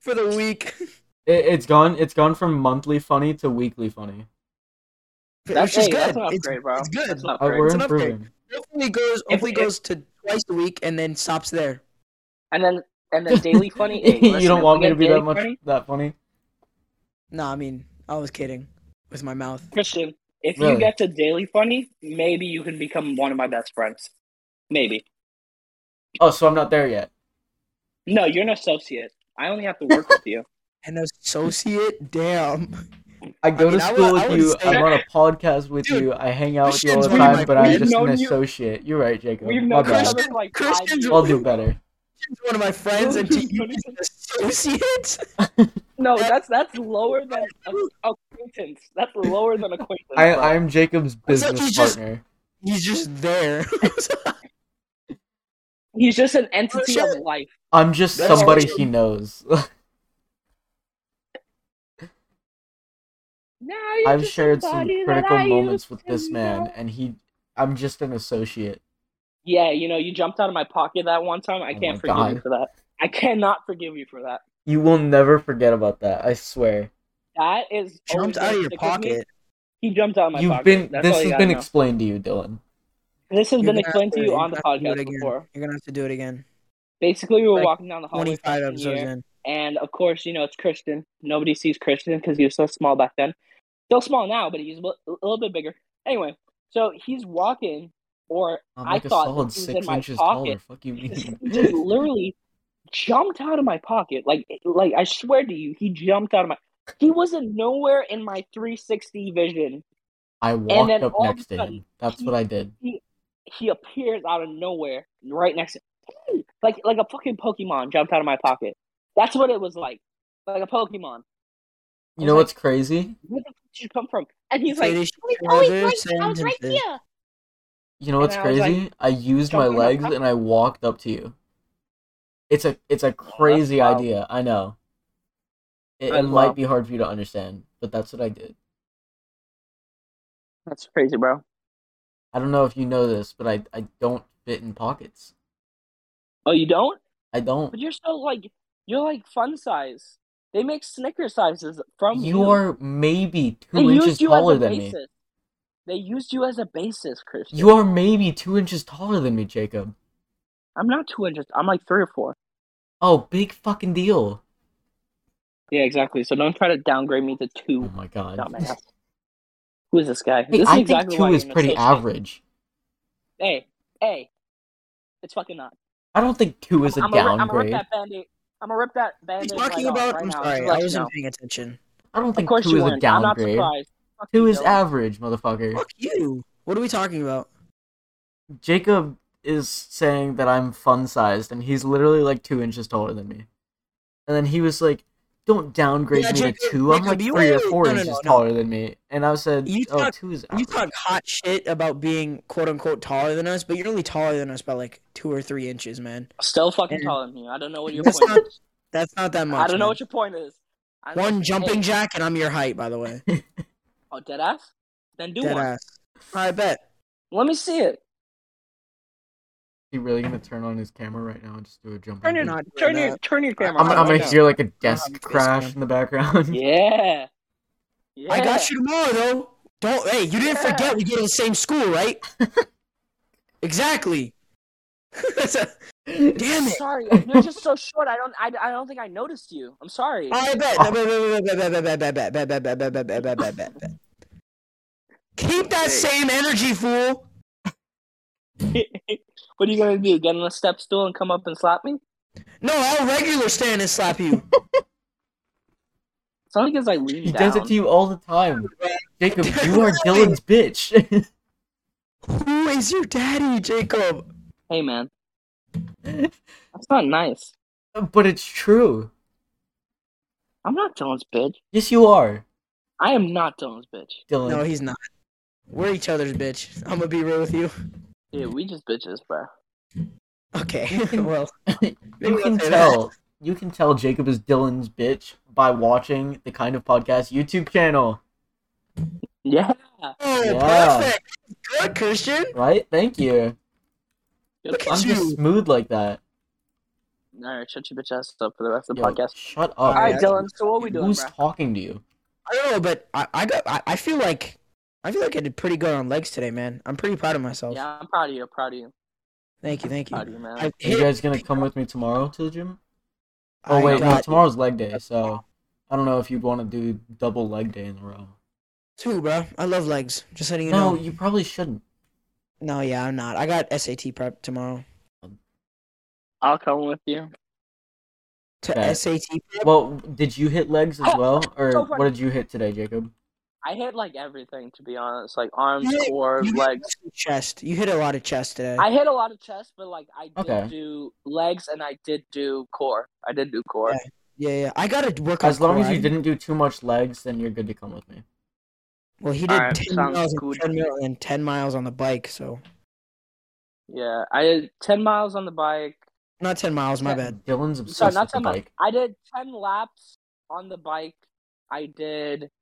Speaker 1: For the week.
Speaker 3: It, it's gone. It's gone from monthly funny to weekly funny.
Speaker 2: That's,
Speaker 1: which is
Speaker 2: hey,
Speaker 1: good.
Speaker 2: that's an
Speaker 1: It's-
Speaker 2: upgrade, bro.
Speaker 1: it's good.
Speaker 2: That's an
Speaker 3: Uh,
Speaker 2: upgrade.
Speaker 3: we're
Speaker 1: It's an upgrade.
Speaker 3: improving.
Speaker 1: Hopefully goes
Speaker 2: If-
Speaker 1: hopefully
Speaker 2: if-
Speaker 1: goes to twice a week and then stops there.
Speaker 2: And then and then daily funny. Hey, listen,
Speaker 3: you
Speaker 2: if
Speaker 3: don't
Speaker 2: we
Speaker 3: want me
Speaker 2: get
Speaker 3: to be
Speaker 2: Daily
Speaker 3: that much
Speaker 2: Funny-
Speaker 3: that funny?
Speaker 1: Nah, I mean I was kidding with my mouth.
Speaker 2: Christian, if you
Speaker 3: Really?
Speaker 2: get to daily funny, maybe you can become one of my best friends. Maybe.
Speaker 3: Oh, so I'm not there yet.
Speaker 2: No, you're an associate. I only have to work with you.
Speaker 1: An associate, damn.
Speaker 3: I go
Speaker 1: mean,
Speaker 3: to
Speaker 1: I would-
Speaker 3: school
Speaker 1: I would
Speaker 3: with you.
Speaker 1: say-
Speaker 3: I'm on a podcast with
Speaker 1: Dude,
Speaker 3: you. I hang out with you all
Speaker 1: Christian's
Speaker 3: the
Speaker 2: one of
Speaker 3: time,
Speaker 2: my
Speaker 3: but I'm
Speaker 2: friends.
Speaker 3: just an
Speaker 2: We've known you-
Speaker 3: associate. You're right, Jacob.
Speaker 2: We've
Speaker 3: My
Speaker 2: known each
Speaker 3: bad.
Speaker 2: other for like five
Speaker 1: Christian's
Speaker 2: years.
Speaker 3: I'll do better.
Speaker 1: She's one of my friends and to you she's an associate.
Speaker 2: No, that's that's lower than a- acquaintance. That's lower than acquaintance.
Speaker 3: I
Speaker 2: bro.
Speaker 3: I am Jacob's business
Speaker 1: he's just-
Speaker 3: partner.
Speaker 1: He's just there.
Speaker 2: He's just an entity
Speaker 1: Oh,
Speaker 2: of life.
Speaker 3: I'm just
Speaker 1: That's
Speaker 3: somebody
Speaker 1: awesome.
Speaker 3: he knows.
Speaker 2: Nah, you're
Speaker 3: I've
Speaker 2: just
Speaker 3: shared some
Speaker 2: somebody that
Speaker 3: critical
Speaker 2: I
Speaker 3: moments
Speaker 2: used
Speaker 3: with
Speaker 2: to
Speaker 3: this man,
Speaker 2: know.
Speaker 3: and he. I'm just an associate.
Speaker 2: Yeah, you know, you jumped out of my pocket that one time. I
Speaker 3: Oh
Speaker 2: can't
Speaker 3: my
Speaker 2: forgive you
Speaker 3: God.
Speaker 2: for that. I cannot forgive you for that.
Speaker 3: You will never forget about that. I swear.
Speaker 2: That is always
Speaker 1: Jumped
Speaker 2: gonna
Speaker 1: out of your
Speaker 2: stick with me.
Speaker 1: pocket.
Speaker 2: He jumped out of my
Speaker 3: You've
Speaker 2: pocket.
Speaker 3: been.
Speaker 2: That's all
Speaker 3: this
Speaker 2: you
Speaker 3: has
Speaker 2: gotta
Speaker 3: been
Speaker 2: know.
Speaker 3: explained to you, Dylan.
Speaker 2: This has
Speaker 1: You're
Speaker 2: been
Speaker 1: gonna
Speaker 2: explained
Speaker 1: have
Speaker 2: to you on the
Speaker 1: you're gonna have to do it
Speaker 2: podcast
Speaker 1: again.
Speaker 2: before.
Speaker 1: You're gonna have to do it again.
Speaker 2: Basically, we were
Speaker 1: Like,
Speaker 2: walking down the hallway.
Speaker 1: Twenty five
Speaker 2: freshman
Speaker 1: episodes
Speaker 2: year,
Speaker 1: in.
Speaker 2: And of course, you know, it's Christian. Nobody sees Christian because he was so small back then. Still small now, but he's a li- a little bit bigger. Anyway, so he's walking, or
Speaker 3: I'm
Speaker 2: I
Speaker 3: like a
Speaker 2: thought that
Speaker 3: solid
Speaker 2: he was
Speaker 3: six
Speaker 2: in my
Speaker 3: inches taller.
Speaker 2: pocket.
Speaker 3: Fuck you
Speaker 2: This
Speaker 3: mean?
Speaker 2: dude literally jumped out of my pocket. Like, like I swear to you, he jumped out of my. He wasn't nowhere in my 360 vision.
Speaker 3: I walked
Speaker 2: then
Speaker 3: up
Speaker 2: all of
Speaker 3: next
Speaker 2: a
Speaker 3: to
Speaker 2: sudden,
Speaker 3: him. That's what I did.
Speaker 2: He appears out of nowhere, right next to me. like like a fucking Pokemon jumped out of my pocket. That's what it was like, like a Pokemon.
Speaker 3: You know what's crazy?
Speaker 2: Where the fuck did you come from? And he's like,
Speaker 1: British
Speaker 4: Oh,
Speaker 1: brother
Speaker 4: wait, wait, I was right
Speaker 1: sentences.
Speaker 4: here.
Speaker 3: You know what's
Speaker 2: I was, like,
Speaker 3: crazy? I used my
Speaker 2: jumping on
Speaker 3: legs
Speaker 2: top- Oh,
Speaker 3: and I walked up to you. It's a it's a crazy
Speaker 2: wild.
Speaker 3: idea. I know. It, it
Speaker 2: That's
Speaker 3: might
Speaker 2: wild.
Speaker 3: be hard for you to understand, but that's what I did.
Speaker 2: "That's crazy, bro."
Speaker 3: I don't know if you know this, but I I don't fit in pockets.
Speaker 2: Oh, you don't?
Speaker 3: I don't.
Speaker 2: But you're so like you're like fun size. They make Snicker sizes from you.
Speaker 3: You are maybe
Speaker 2: they
Speaker 3: two inches
Speaker 2: used you as
Speaker 3: taller
Speaker 2: a
Speaker 3: than
Speaker 2: basis.
Speaker 3: me.
Speaker 2: They used you as a basis, Christian.
Speaker 3: You are maybe two inches taller than me, Jacob.
Speaker 2: I'm not two inches. I'm like three or four.
Speaker 3: Oh, big fucking deal.
Speaker 2: Yeah, exactly. So don't try to downgrade me to
Speaker 3: Oh
Speaker 2: two.
Speaker 3: my god.
Speaker 2: Dumbass. Who is this guy?
Speaker 3: Hey,
Speaker 2: this is
Speaker 3: I
Speaker 2: exactly
Speaker 3: think
Speaker 2: why
Speaker 3: two is
Speaker 2: you're an
Speaker 3: pretty
Speaker 2: associate.
Speaker 3: average.
Speaker 2: Hey, hey, it's fucking not.
Speaker 3: I don't think two is a
Speaker 2: I'm gonna I'm rip
Speaker 3: downgrade.
Speaker 2: that band-aid. I'm gonna rip that
Speaker 1: What are you talking
Speaker 2: band-aid right
Speaker 1: about?
Speaker 2: off oh, right
Speaker 1: I'm
Speaker 2: now.
Speaker 1: sorry,
Speaker 2: Just let
Speaker 1: I
Speaker 2: you
Speaker 1: wasn't
Speaker 2: know.
Speaker 1: paying attention.
Speaker 3: I don't
Speaker 2: Of
Speaker 3: think
Speaker 2: course
Speaker 3: two
Speaker 2: you
Speaker 3: is a
Speaker 2: weren't. I'm not
Speaker 3: downgrade.
Speaker 2: surprised. Fuck
Speaker 3: Two
Speaker 2: you,
Speaker 3: is
Speaker 2: Dylan.
Speaker 3: average, motherfucker.
Speaker 1: Fuck you. What are we talking about?
Speaker 3: Jacob is saying that I'm fun sized, and he's literally like two inches taller than me. And then he was like, "Don't downgrade
Speaker 1: Yeah,
Speaker 3: me to
Speaker 1: Jacob-
Speaker 3: two. I'm
Speaker 1: Jacob,
Speaker 3: like
Speaker 1: you
Speaker 3: three or
Speaker 1: were-
Speaker 3: four
Speaker 1: no, no,
Speaker 3: inches
Speaker 1: no, no.
Speaker 3: taller than me." And I said,
Speaker 1: You
Speaker 3: "Oh,
Speaker 1: talk-
Speaker 3: two is
Speaker 1: You
Speaker 3: average."
Speaker 1: talk hot shit about being quote unquote taller than us, but you're only taller than us by like two or three inches, man.
Speaker 2: Still fucking
Speaker 1: And-
Speaker 2: taller than you. I don't know what your
Speaker 1: That's
Speaker 2: point
Speaker 1: not
Speaker 2: is.
Speaker 1: That's not that much.
Speaker 2: I don't know
Speaker 1: man.
Speaker 2: what your point is. I don't-
Speaker 1: One jumping
Speaker 2: Hey,
Speaker 1: jack and I'm your height, by the way.
Speaker 2: oh, dead ass. Then do
Speaker 1: Dead
Speaker 2: one.
Speaker 1: ass. I bet.
Speaker 2: Let me see it.
Speaker 3: he really gonna turn on his camera right now and just do a jump?
Speaker 2: Turn
Speaker 3: on
Speaker 2: your
Speaker 3: me?
Speaker 1: not doing
Speaker 2: turn your
Speaker 1: that.
Speaker 2: turn your camera.
Speaker 3: I'm,
Speaker 2: on
Speaker 3: I'm
Speaker 2: right
Speaker 3: gonna
Speaker 2: now.
Speaker 3: hear like a
Speaker 1: I'm
Speaker 3: desk
Speaker 1: just
Speaker 3: crash
Speaker 1: gonna-
Speaker 3: in the background.
Speaker 2: Yeah. yeah.
Speaker 1: I got you tomorrow though. Don't hey, you didn't
Speaker 2: Yeah.
Speaker 1: forget we go to the same school, right? exactly. That's a, damn it.
Speaker 2: Sorry, you're just so short. I don't. I, I don't think I noticed you. I'm sorry.
Speaker 1: I bet. I bet, bet, bet, bet, bet, bet, bet, bet, bet, bet, bet, bet, bet, bet, bet. Keep that same energy, fool.
Speaker 2: what are you gonna do? Get on a step stool and come up and slap me?
Speaker 1: No, I'll regular stand and slap you.
Speaker 2: It's only because I lean
Speaker 3: he
Speaker 2: down.
Speaker 3: does it to you all the time. Jacob, you are
Speaker 1: Right.
Speaker 3: Dylan's bitch.
Speaker 1: Who is your daddy, Jacob?
Speaker 2: Hey man, that's not nice.
Speaker 3: but it's true.
Speaker 2: I'm not Dylan's bitch.
Speaker 3: Yes, you are,
Speaker 2: I am not Dylan's bitch.
Speaker 3: Dylan.
Speaker 1: No, he's not. We're each other's bitch. I'm gonna be real with you.
Speaker 2: Dude, we just bitches, bro.
Speaker 1: Okay. well,
Speaker 3: You
Speaker 1: Maybe
Speaker 3: can
Speaker 1: I'll say that.
Speaker 3: tell. You can tell Jacob is Dylan's bitch by watching the kind of podcast YouTube channel,
Speaker 2: Yeah.
Speaker 1: Oh,
Speaker 3: Yeah.
Speaker 1: perfect. Good, Christian.
Speaker 3: right? Thank you.
Speaker 2: Good
Speaker 1: Look at
Speaker 3: I'm
Speaker 2: fuck.
Speaker 1: you.
Speaker 3: just smooth like that.
Speaker 2: All right, shut your bitch ass up for the rest of the
Speaker 3: Yo,
Speaker 2: podcast.
Speaker 3: Shut up.
Speaker 2: All right,
Speaker 1: yeah.
Speaker 2: Dylan. So what we doing,
Speaker 3: Who's
Speaker 2: bro?
Speaker 3: talking to you?
Speaker 1: I don't know, but I I, got, I, I feel like I I feel like I did pretty good on legs today, man. I'm pretty proud of myself.
Speaker 2: Yeah, I'm proud of you. Proud of you.
Speaker 1: Thank you, thank you.
Speaker 2: Proud of you, man.
Speaker 1: I
Speaker 3: Are you
Speaker 1: hit,
Speaker 3: guys gonna come with me tomorrow to the gym? Oh
Speaker 1: I
Speaker 3: wait, no,
Speaker 1: got
Speaker 3: tomorrow's leg day, so I don't know if you want to do double leg day in a row.
Speaker 1: two, bro. I love legs. Just letting you know.
Speaker 3: no, you probably shouldn't.
Speaker 1: No, yeah, I'm not. I got SAT prep tomorrow.
Speaker 2: I'll come with you.
Speaker 1: To
Speaker 3: Okay.
Speaker 1: SAT prep.
Speaker 3: Well, did you hit legs as well, or
Speaker 2: Oh, fuck.
Speaker 3: what did you hit today, Jacob?
Speaker 2: I hit like everything to be honest, like arms,
Speaker 1: You hit-
Speaker 2: core,
Speaker 1: you hit
Speaker 2: legs.
Speaker 1: chest. You hit a lot of chest today.
Speaker 2: I hit a lot of chest, but like I did
Speaker 3: Okay.
Speaker 2: do legs and I did do core. I did do core.
Speaker 1: Yeah. yeah, yeah. I got to work on
Speaker 3: As long
Speaker 1: core.
Speaker 3: as
Speaker 1: I
Speaker 3: you didn't do too much legs, then you're good to come with me.
Speaker 1: Well, he did
Speaker 2: Alright,
Speaker 1: 10
Speaker 2: sounds
Speaker 1: miles on
Speaker 2: good.
Speaker 1: treadmill and 10 miles on the bike, so
Speaker 2: Yeah, I did ten miles on the bike.
Speaker 1: not 10 miles, my
Speaker 2: Yeah.
Speaker 1: bad.
Speaker 3: Dylan's
Speaker 2: Sorry,
Speaker 3: obsessed
Speaker 2: not
Speaker 3: with the
Speaker 2: ten miles.
Speaker 3: bike.
Speaker 2: I did ten laps on the bike. I did,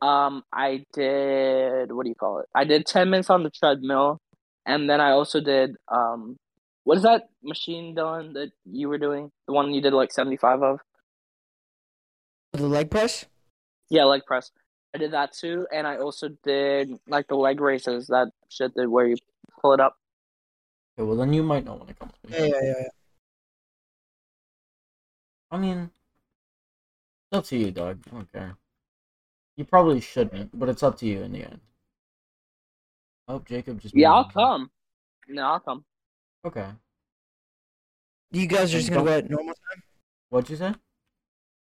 Speaker 2: um, I did. What do you call it? I did ten minutes on the treadmill, and then I also did. Um, what is that machine, Dylan, that you were doing? The one you did like seventy-five of?
Speaker 1: The leg press?
Speaker 2: Yeah, leg press. I did that too, and I also did like the leg races. That shit that where you pull it up.
Speaker 3: Okay, well then you might not want to come with
Speaker 1: Yeah,
Speaker 3: me.
Speaker 1: yeah, yeah. yeah.
Speaker 3: I mean, it's up to you, dog. I don't care. You probably shouldn't, but it's up to you in the end. Oh, Jacob just.
Speaker 2: Yeah, I'll
Speaker 3: moved.
Speaker 2: come. No, I'll come.
Speaker 3: Okay.
Speaker 1: You guys are just going to go at normal time?
Speaker 3: What'd you say?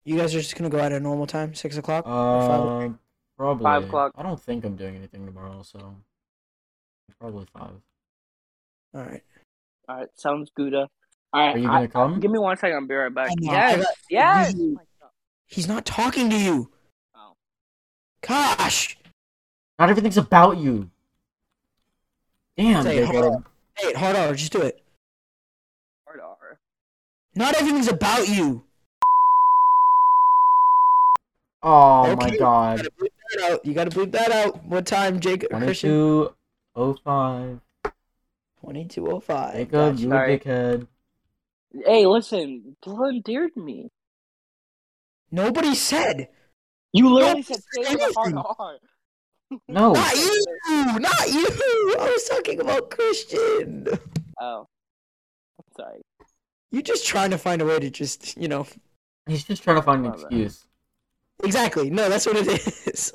Speaker 1: You guys are just going to go at a normal time, 6 o'clock?
Speaker 3: Uh, probably
Speaker 2: o'clock.
Speaker 3: I don't think I'm doing anything tomorrow, so probably five.
Speaker 2: Uh.
Speaker 1: All right.
Speaker 2: All right, sounds good. uh. All
Speaker 3: Are
Speaker 2: right,
Speaker 3: you
Speaker 2: I-
Speaker 3: gonna come?
Speaker 2: Give me one second. I'll be right back.
Speaker 1: I know, I
Speaker 2: Yes.
Speaker 1: got-
Speaker 2: Yes.
Speaker 1: Really? He's not talking to you.
Speaker 2: Oh.
Speaker 1: Gosh.
Speaker 3: Not everything's about you. Damn,
Speaker 1: Say, hold
Speaker 3: Jacob.
Speaker 1: Hey, hold on. Just do it.
Speaker 2: Hard R.
Speaker 1: Not everything's about you.
Speaker 3: Oh my
Speaker 1: Okay. You
Speaker 3: god.
Speaker 1: gotta bleep that out. You gotta bleep that out. What time, Jacob? Christian?
Speaker 3: Twenty-two oh five.
Speaker 1: 2205.
Speaker 3: Jacob, you
Speaker 2: sorry.
Speaker 3: dickhead.
Speaker 2: Hey, listen, Dylan dared me.
Speaker 1: Nobody said.
Speaker 2: You literally said say
Speaker 1: it's
Speaker 2: the hard
Speaker 1: anything.
Speaker 2: R.
Speaker 3: No.
Speaker 1: Not you. Not you. I was talking about Christian.
Speaker 2: Oh, I'm sorry.
Speaker 1: You're just trying to find a way to just, you know.
Speaker 3: He's just trying to find an
Speaker 2: My bad.
Speaker 3: excuse.
Speaker 1: Exactly. No, that's what it is.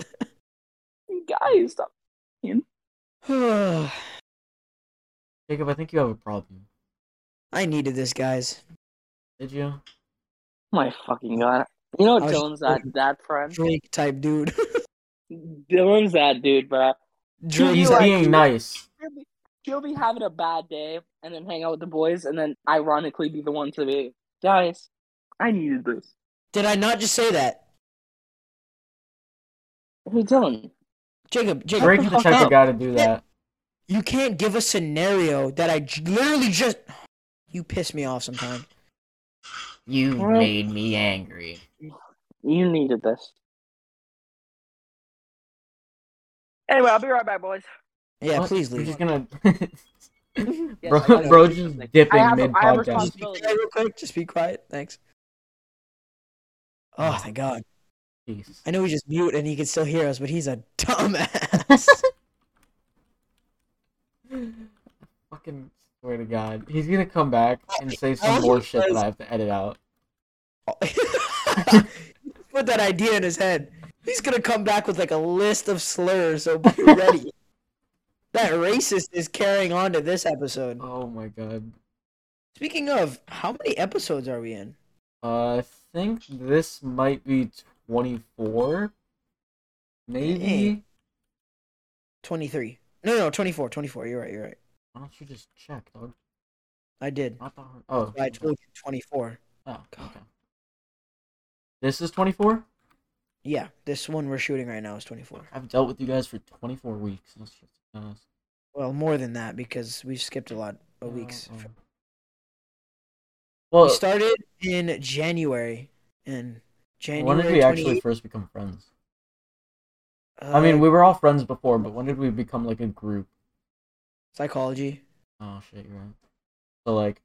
Speaker 2: You guys, stop.
Speaker 1: I
Speaker 3: Jacob, I think you have a problem.
Speaker 1: needed this, guys.
Speaker 3: Did you?
Speaker 2: My fucking god. You know
Speaker 1: I was
Speaker 2: Dylan's that that friend.
Speaker 1: Drake type dude.
Speaker 2: Dylan's that dude, bro.
Speaker 1: Drake
Speaker 3: He's
Speaker 1: type-
Speaker 2: like-
Speaker 3: being nice.
Speaker 2: She'll be, she'll be having a bad day, and then hang out with the boys, and then ironically be the one to be guys. I needed this.
Speaker 1: Did I not just say that?
Speaker 2: Hey, Dylan.
Speaker 1: Jacob, Jacob,
Speaker 3: Break
Speaker 1: shut
Speaker 3: the
Speaker 1: fuck
Speaker 3: type
Speaker 1: up.
Speaker 3: of guy to do that.
Speaker 1: You can't give a scenario that I j- literally just. You piss me off sometimes.
Speaker 4: You
Speaker 2: Well-
Speaker 4: made me angry.
Speaker 2: You needed this. Anyway, I'll be right back, boys.
Speaker 1: Yeah,
Speaker 3: What?
Speaker 1: please
Speaker 3: You're
Speaker 1: leave.
Speaker 3: just gonna.
Speaker 2: Yes, I
Speaker 3: bro,
Speaker 2: gotta
Speaker 3: bro,
Speaker 2: do something.
Speaker 3: just dipping
Speaker 2: I have a-
Speaker 3: mid
Speaker 2: I have a
Speaker 1: Just
Speaker 2: responsi-
Speaker 3: podcast.
Speaker 1: be quiet real quick. Just be quiet. Thanks. Oh, thank God.
Speaker 3: Peace.
Speaker 1: I know he's just mute and he can still hear us, but he's a dumbass.
Speaker 3: Fucking swear to God, he's gonna come back and say some
Speaker 1: all
Speaker 3: more
Speaker 1: he
Speaker 3: shit that
Speaker 1: says-
Speaker 3: I have to edit out.
Speaker 1: Put that idea in his head. He's gonna come back with like a list of slurs, so be ready. that racist is carrying on to this episode.
Speaker 3: Oh my God.
Speaker 1: Speaking of, how many episodes are we in?
Speaker 3: Uh, I think this might be twenty-four, maybe.
Speaker 1: Dang. 23. No, no, 24. 24. You're right. You're right.
Speaker 3: Why don't you just check, dog?
Speaker 1: I did.
Speaker 3: Not the hard. Oh,
Speaker 1: I told you 24.
Speaker 3: oh, okay. This is twenty-four.
Speaker 1: Yeah, this one we're shooting right now is 24.
Speaker 3: I've dealt with you guys for twenty-four weeks. That's just nice.
Speaker 1: Well, more than that because we skipped a lot of weeks.
Speaker 3: Uh, uh. Well,
Speaker 1: we started in January, and January.
Speaker 3: when did we actually
Speaker 1: 28
Speaker 3: first become friends?
Speaker 1: uh,
Speaker 3: I mean, we were all friends before, but when did we become like a group?
Speaker 1: psychology.
Speaker 3: Oh shit, you're right. So like,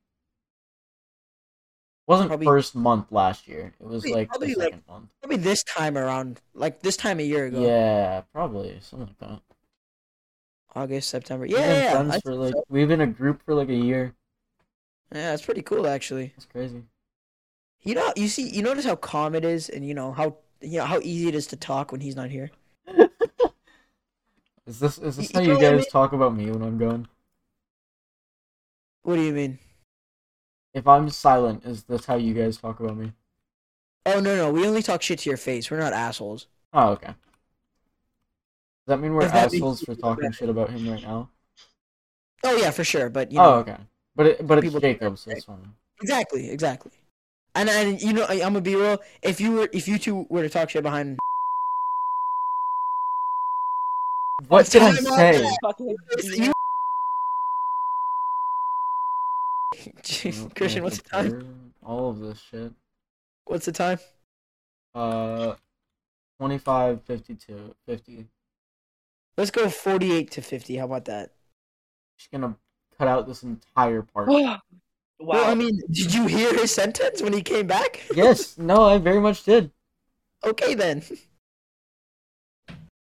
Speaker 3: wasn't
Speaker 1: Probably-
Speaker 3: first month last year. It was
Speaker 1: Probably-
Speaker 3: like the
Speaker 1: probably, like,
Speaker 3: second month.
Speaker 1: Probably this time around, like this time a year ago.
Speaker 3: Yeah, probably something like that.
Speaker 1: August, September.
Speaker 3: We've
Speaker 1: Yeah,
Speaker 3: been
Speaker 1: yeah, yeah.
Speaker 3: friends
Speaker 1: I
Speaker 3: for
Speaker 1: think
Speaker 3: like
Speaker 1: so.
Speaker 3: we've been a group for like a year.
Speaker 1: yeah, it's pretty cool actually.
Speaker 3: That's crazy.
Speaker 1: You know, you see, you notice how calm it is, and you know how you know how easy it is to talk when he's not here.
Speaker 3: Is this is this
Speaker 1: You-
Speaker 3: how
Speaker 1: you
Speaker 3: you
Speaker 1: know what I
Speaker 3: guys
Speaker 1: mean?
Speaker 3: talk about me when I'm gone?
Speaker 1: What do you mean?
Speaker 3: If I'm silent, is this how you guys talk about me?
Speaker 1: Oh no, no, we only talk shit to your face. We're not assholes.
Speaker 3: Oh, okay. Does that mean we're
Speaker 1: If that makes
Speaker 3: assholes
Speaker 1: you
Speaker 3: for
Speaker 1: feel
Speaker 3: talking
Speaker 1: better.
Speaker 3: shit about him right now?
Speaker 1: Oh yeah, for sure. But you
Speaker 3: oh,
Speaker 1: know,
Speaker 3: okay. But it, but it's
Speaker 1: people-
Speaker 3: Jacob, so it's fine.
Speaker 1: exactly, exactly. And and you know, I, I'm gonna be real. If you were, if you two were to talk shit behind,
Speaker 3: What did I
Speaker 1: time out
Speaker 3: say?
Speaker 2: Fucking
Speaker 1: you. Christian, what's the time?
Speaker 3: All of this shit.
Speaker 1: What's the time?
Speaker 3: Uh, 25, 52, 50.
Speaker 1: Let's go 48 to 50. How about that?
Speaker 3: She's gonna cut out this entire part.
Speaker 2: wow.
Speaker 1: Well, I mean, did you hear his sentence when he came back?
Speaker 3: yes, no, I very much did.
Speaker 1: okay then.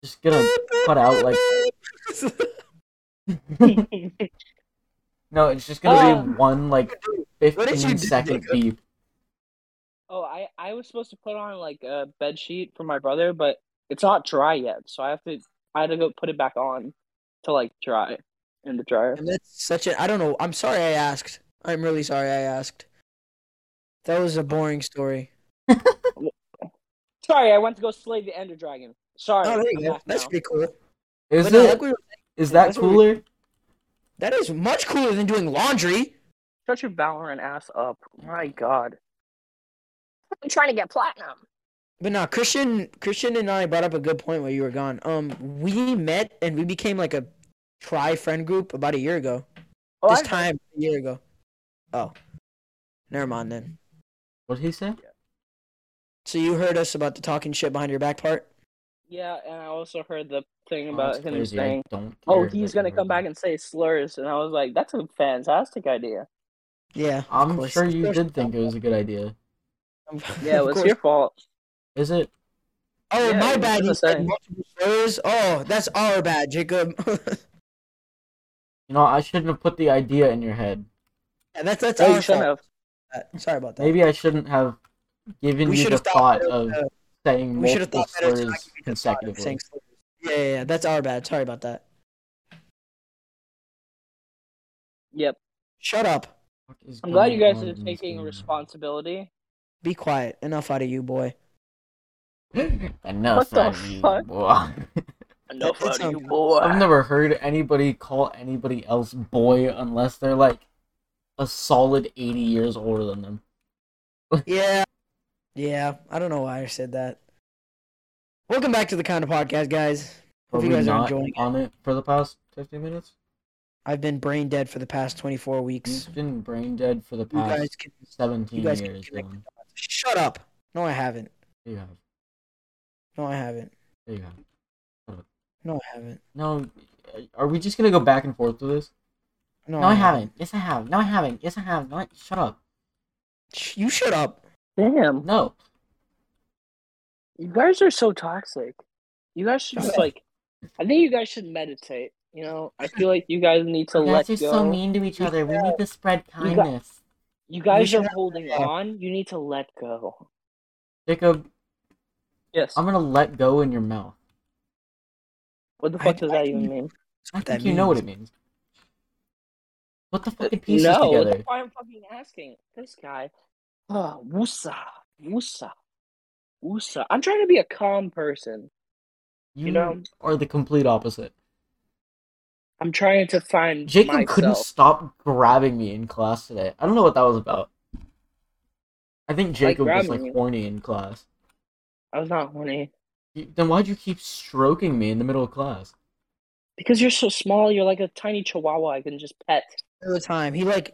Speaker 3: Just gonna cut out like no, it's just gonna be
Speaker 2: Um,
Speaker 3: one like
Speaker 1: Ah. What did you do,
Speaker 3: fifteen second
Speaker 1: Jacob?
Speaker 3: beep.
Speaker 2: oh, I I was supposed to put on like a bed sheet for my brother, but it's not dry yet, so I have to I had to go put it back on to like dry in the dryer.
Speaker 1: And that's such a. I don't know. I'm sorry I asked. I'm really sorry I asked. That was a boring story.
Speaker 2: Sorry, I went to go slay the Ender Dragon. Sorry.
Speaker 1: Oh, there you
Speaker 2: I'm
Speaker 1: go.
Speaker 2: back
Speaker 1: That's
Speaker 2: now.
Speaker 1: pretty cool.
Speaker 3: Is
Speaker 1: But no,
Speaker 3: it?
Speaker 1: like we were-
Speaker 3: Is that
Speaker 1: that's what we-
Speaker 3: cooler?
Speaker 1: that is much cooler than doing laundry.
Speaker 2: Shut your Valorant ass up. My God.
Speaker 4: I'm trying to get platinum.
Speaker 1: But nah, Christian, Christian and I brought up a good point while you were gone. Um, we met and we became like a tri friend group about a year ago.
Speaker 2: Oh,
Speaker 1: this
Speaker 2: I-
Speaker 1: time a year ago. Oh, never mind then.
Speaker 3: What did he say?
Speaker 1: So you heard us about the talking shit behind your back part?
Speaker 2: Yeah, and I also heard the thing
Speaker 3: Oh,
Speaker 2: about
Speaker 3: that's
Speaker 2: him
Speaker 3: crazy, I
Speaker 2: saying,
Speaker 3: don't
Speaker 2: "Oh,
Speaker 3: care
Speaker 2: he's
Speaker 3: that
Speaker 2: gonna
Speaker 3: you
Speaker 2: come
Speaker 3: heard
Speaker 2: back and say slurs," and I was like, "That's a fantastic idea."
Speaker 1: Yeah.
Speaker 3: that. I'm
Speaker 1: course.
Speaker 3: sure
Speaker 1: Of
Speaker 3: you
Speaker 1: course.
Speaker 3: did think it was a good idea.
Speaker 2: Yeah, it
Speaker 1: Of
Speaker 2: was
Speaker 1: course.
Speaker 2: your fault.
Speaker 3: Is it?
Speaker 1: Oh,
Speaker 2: Yeah,
Speaker 1: my
Speaker 2: you
Speaker 1: bad.
Speaker 2: should've
Speaker 1: You said
Speaker 2: said.
Speaker 1: multiple slurs. Oh, that's our bad, Jacob. yeah,
Speaker 3: You know, I shouldn't have put the idea in your head.
Speaker 1: that's that's
Speaker 2: Yeah, Oh, you
Speaker 1: our
Speaker 2: shouldn't
Speaker 1: fault.
Speaker 2: have.
Speaker 1: Uh, Sorry about that.
Speaker 3: Maybe I shouldn't have given
Speaker 1: we
Speaker 3: you
Speaker 1: should
Speaker 3: the
Speaker 1: have thought
Speaker 3: thought
Speaker 1: better,
Speaker 3: of
Speaker 1: uh,
Speaker 3: saying
Speaker 1: we should have
Speaker 3: multiple
Speaker 1: thought better. to not give you
Speaker 3: slurs
Speaker 1: the thought of
Speaker 3: consecutively.
Speaker 1: saying slurs. Yeah, yeah, yeah, that's our bad. Sorry about that.
Speaker 2: Yep.
Speaker 1: Shut up.
Speaker 3: What is
Speaker 2: I'm glad you
Speaker 3: going
Speaker 2: guys
Speaker 3: on
Speaker 2: are
Speaker 3: in this
Speaker 2: taking
Speaker 3: game?
Speaker 2: responsibility.
Speaker 1: Be quiet. Enough out of you, boy.
Speaker 3: Enough
Speaker 2: What the
Speaker 3: out of you,
Speaker 2: fuck?
Speaker 3: boy.
Speaker 2: Enough
Speaker 1: that
Speaker 2: out of you,
Speaker 1: sounds-
Speaker 2: boy.
Speaker 3: I've never heard anybody call anybody else boy unless they're like a solid 80 years older than them.
Speaker 1: Yeah. Yeah. I don't know why I said that. Welcome back to the kind of podcast, guys.
Speaker 3: Are
Speaker 1: Hope you
Speaker 3: we
Speaker 1: guys are
Speaker 3: not
Speaker 1: enjoying it.
Speaker 3: on it for the past 50 minutes?
Speaker 1: I've been brain dead for the past 24 weeks.
Speaker 3: You've been brain dead for the
Speaker 1: You
Speaker 3: Mm. past
Speaker 1: guys can
Speaker 3: 17
Speaker 1: you guys can
Speaker 3: years.
Speaker 1: connect
Speaker 3: Dylan.
Speaker 1: shut up. No, I haven't.
Speaker 3: There you have. it.
Speaker 1: No, I haven't.
Speaker 3: There you have. it.
Speaker 1: No, I haven't.
Speaker 3: No, are we just gonna go back and forth through this?
Speaker 1: No,
Speaker 3: No, I haven't. Yes, I have. No, I haven't. Yes, I have. No, I... shut up.
Speaker 1: Sh- You shut up.
Speaker 2: Damn,
Speaker 3: No.
Speaker 2: you guys are so toxic. You guys should just like. I think you guys should meditate. You know, I feel like you guys need to
Speaker 4: You guys
Speaker 2: let
Speaker 4: are
Speaker 2: go.
Speaker 4: so mean to each other. We need to spread
Speaker 2: got-
Speaker 4: kindness.
Speaker 2: You guys
Speaker 1: should
Speaker 2: are
Speaker 1: have-
Speaker 2: holding on. You need to let go. Um,
Speaker 3: Jacob,
Speaker 2: Yes.
Speaker 3: I'm gonna let go in your mouth.
Speaker 2: What the
Speaker 1: I-
Speaker 2: fuck does
Speaker 1: I
Speaker 2: that even
Speaker 1: think-
Speaker 2: mean?
Speaker 1: That's
Speaker 3: I
Speaker 1: what
Speaker 3: think
Speaker 1: that
Speaker 3: you know what
Speaker 1: means. Uh,
Speaker 3: it means. Put the fucking pieces
Speaker 2: no,
Speaker 3: together.
Speaker 2: that's why I'm fucking asking. This guy. Oh, Wusa. Wusa. Wusa. I'm trying to be a calm person.
Speaker 3: You,
Speaker 2: know-
Speaker 3: are the complete opposite.
Speaker 2: I'm trying to find
Speaker 3: Jacob couldn't
Speaker 2: myself.
Speaker 3: stop grabbing me in class today. I don't know what that was about. I think Jacob was
Speaker 2: grabbing
Speaker 3: like
Speaker 2: you.
Speaker 3: horny in class.
Speaker 2: I was not horny.
Speaker 3: You- Then why'd you keep stroking me in the middle of class?
Speaker 2: Because you're so small, you're like a tiny chihuahua I can just pet.
Speaker 1: All the time. He like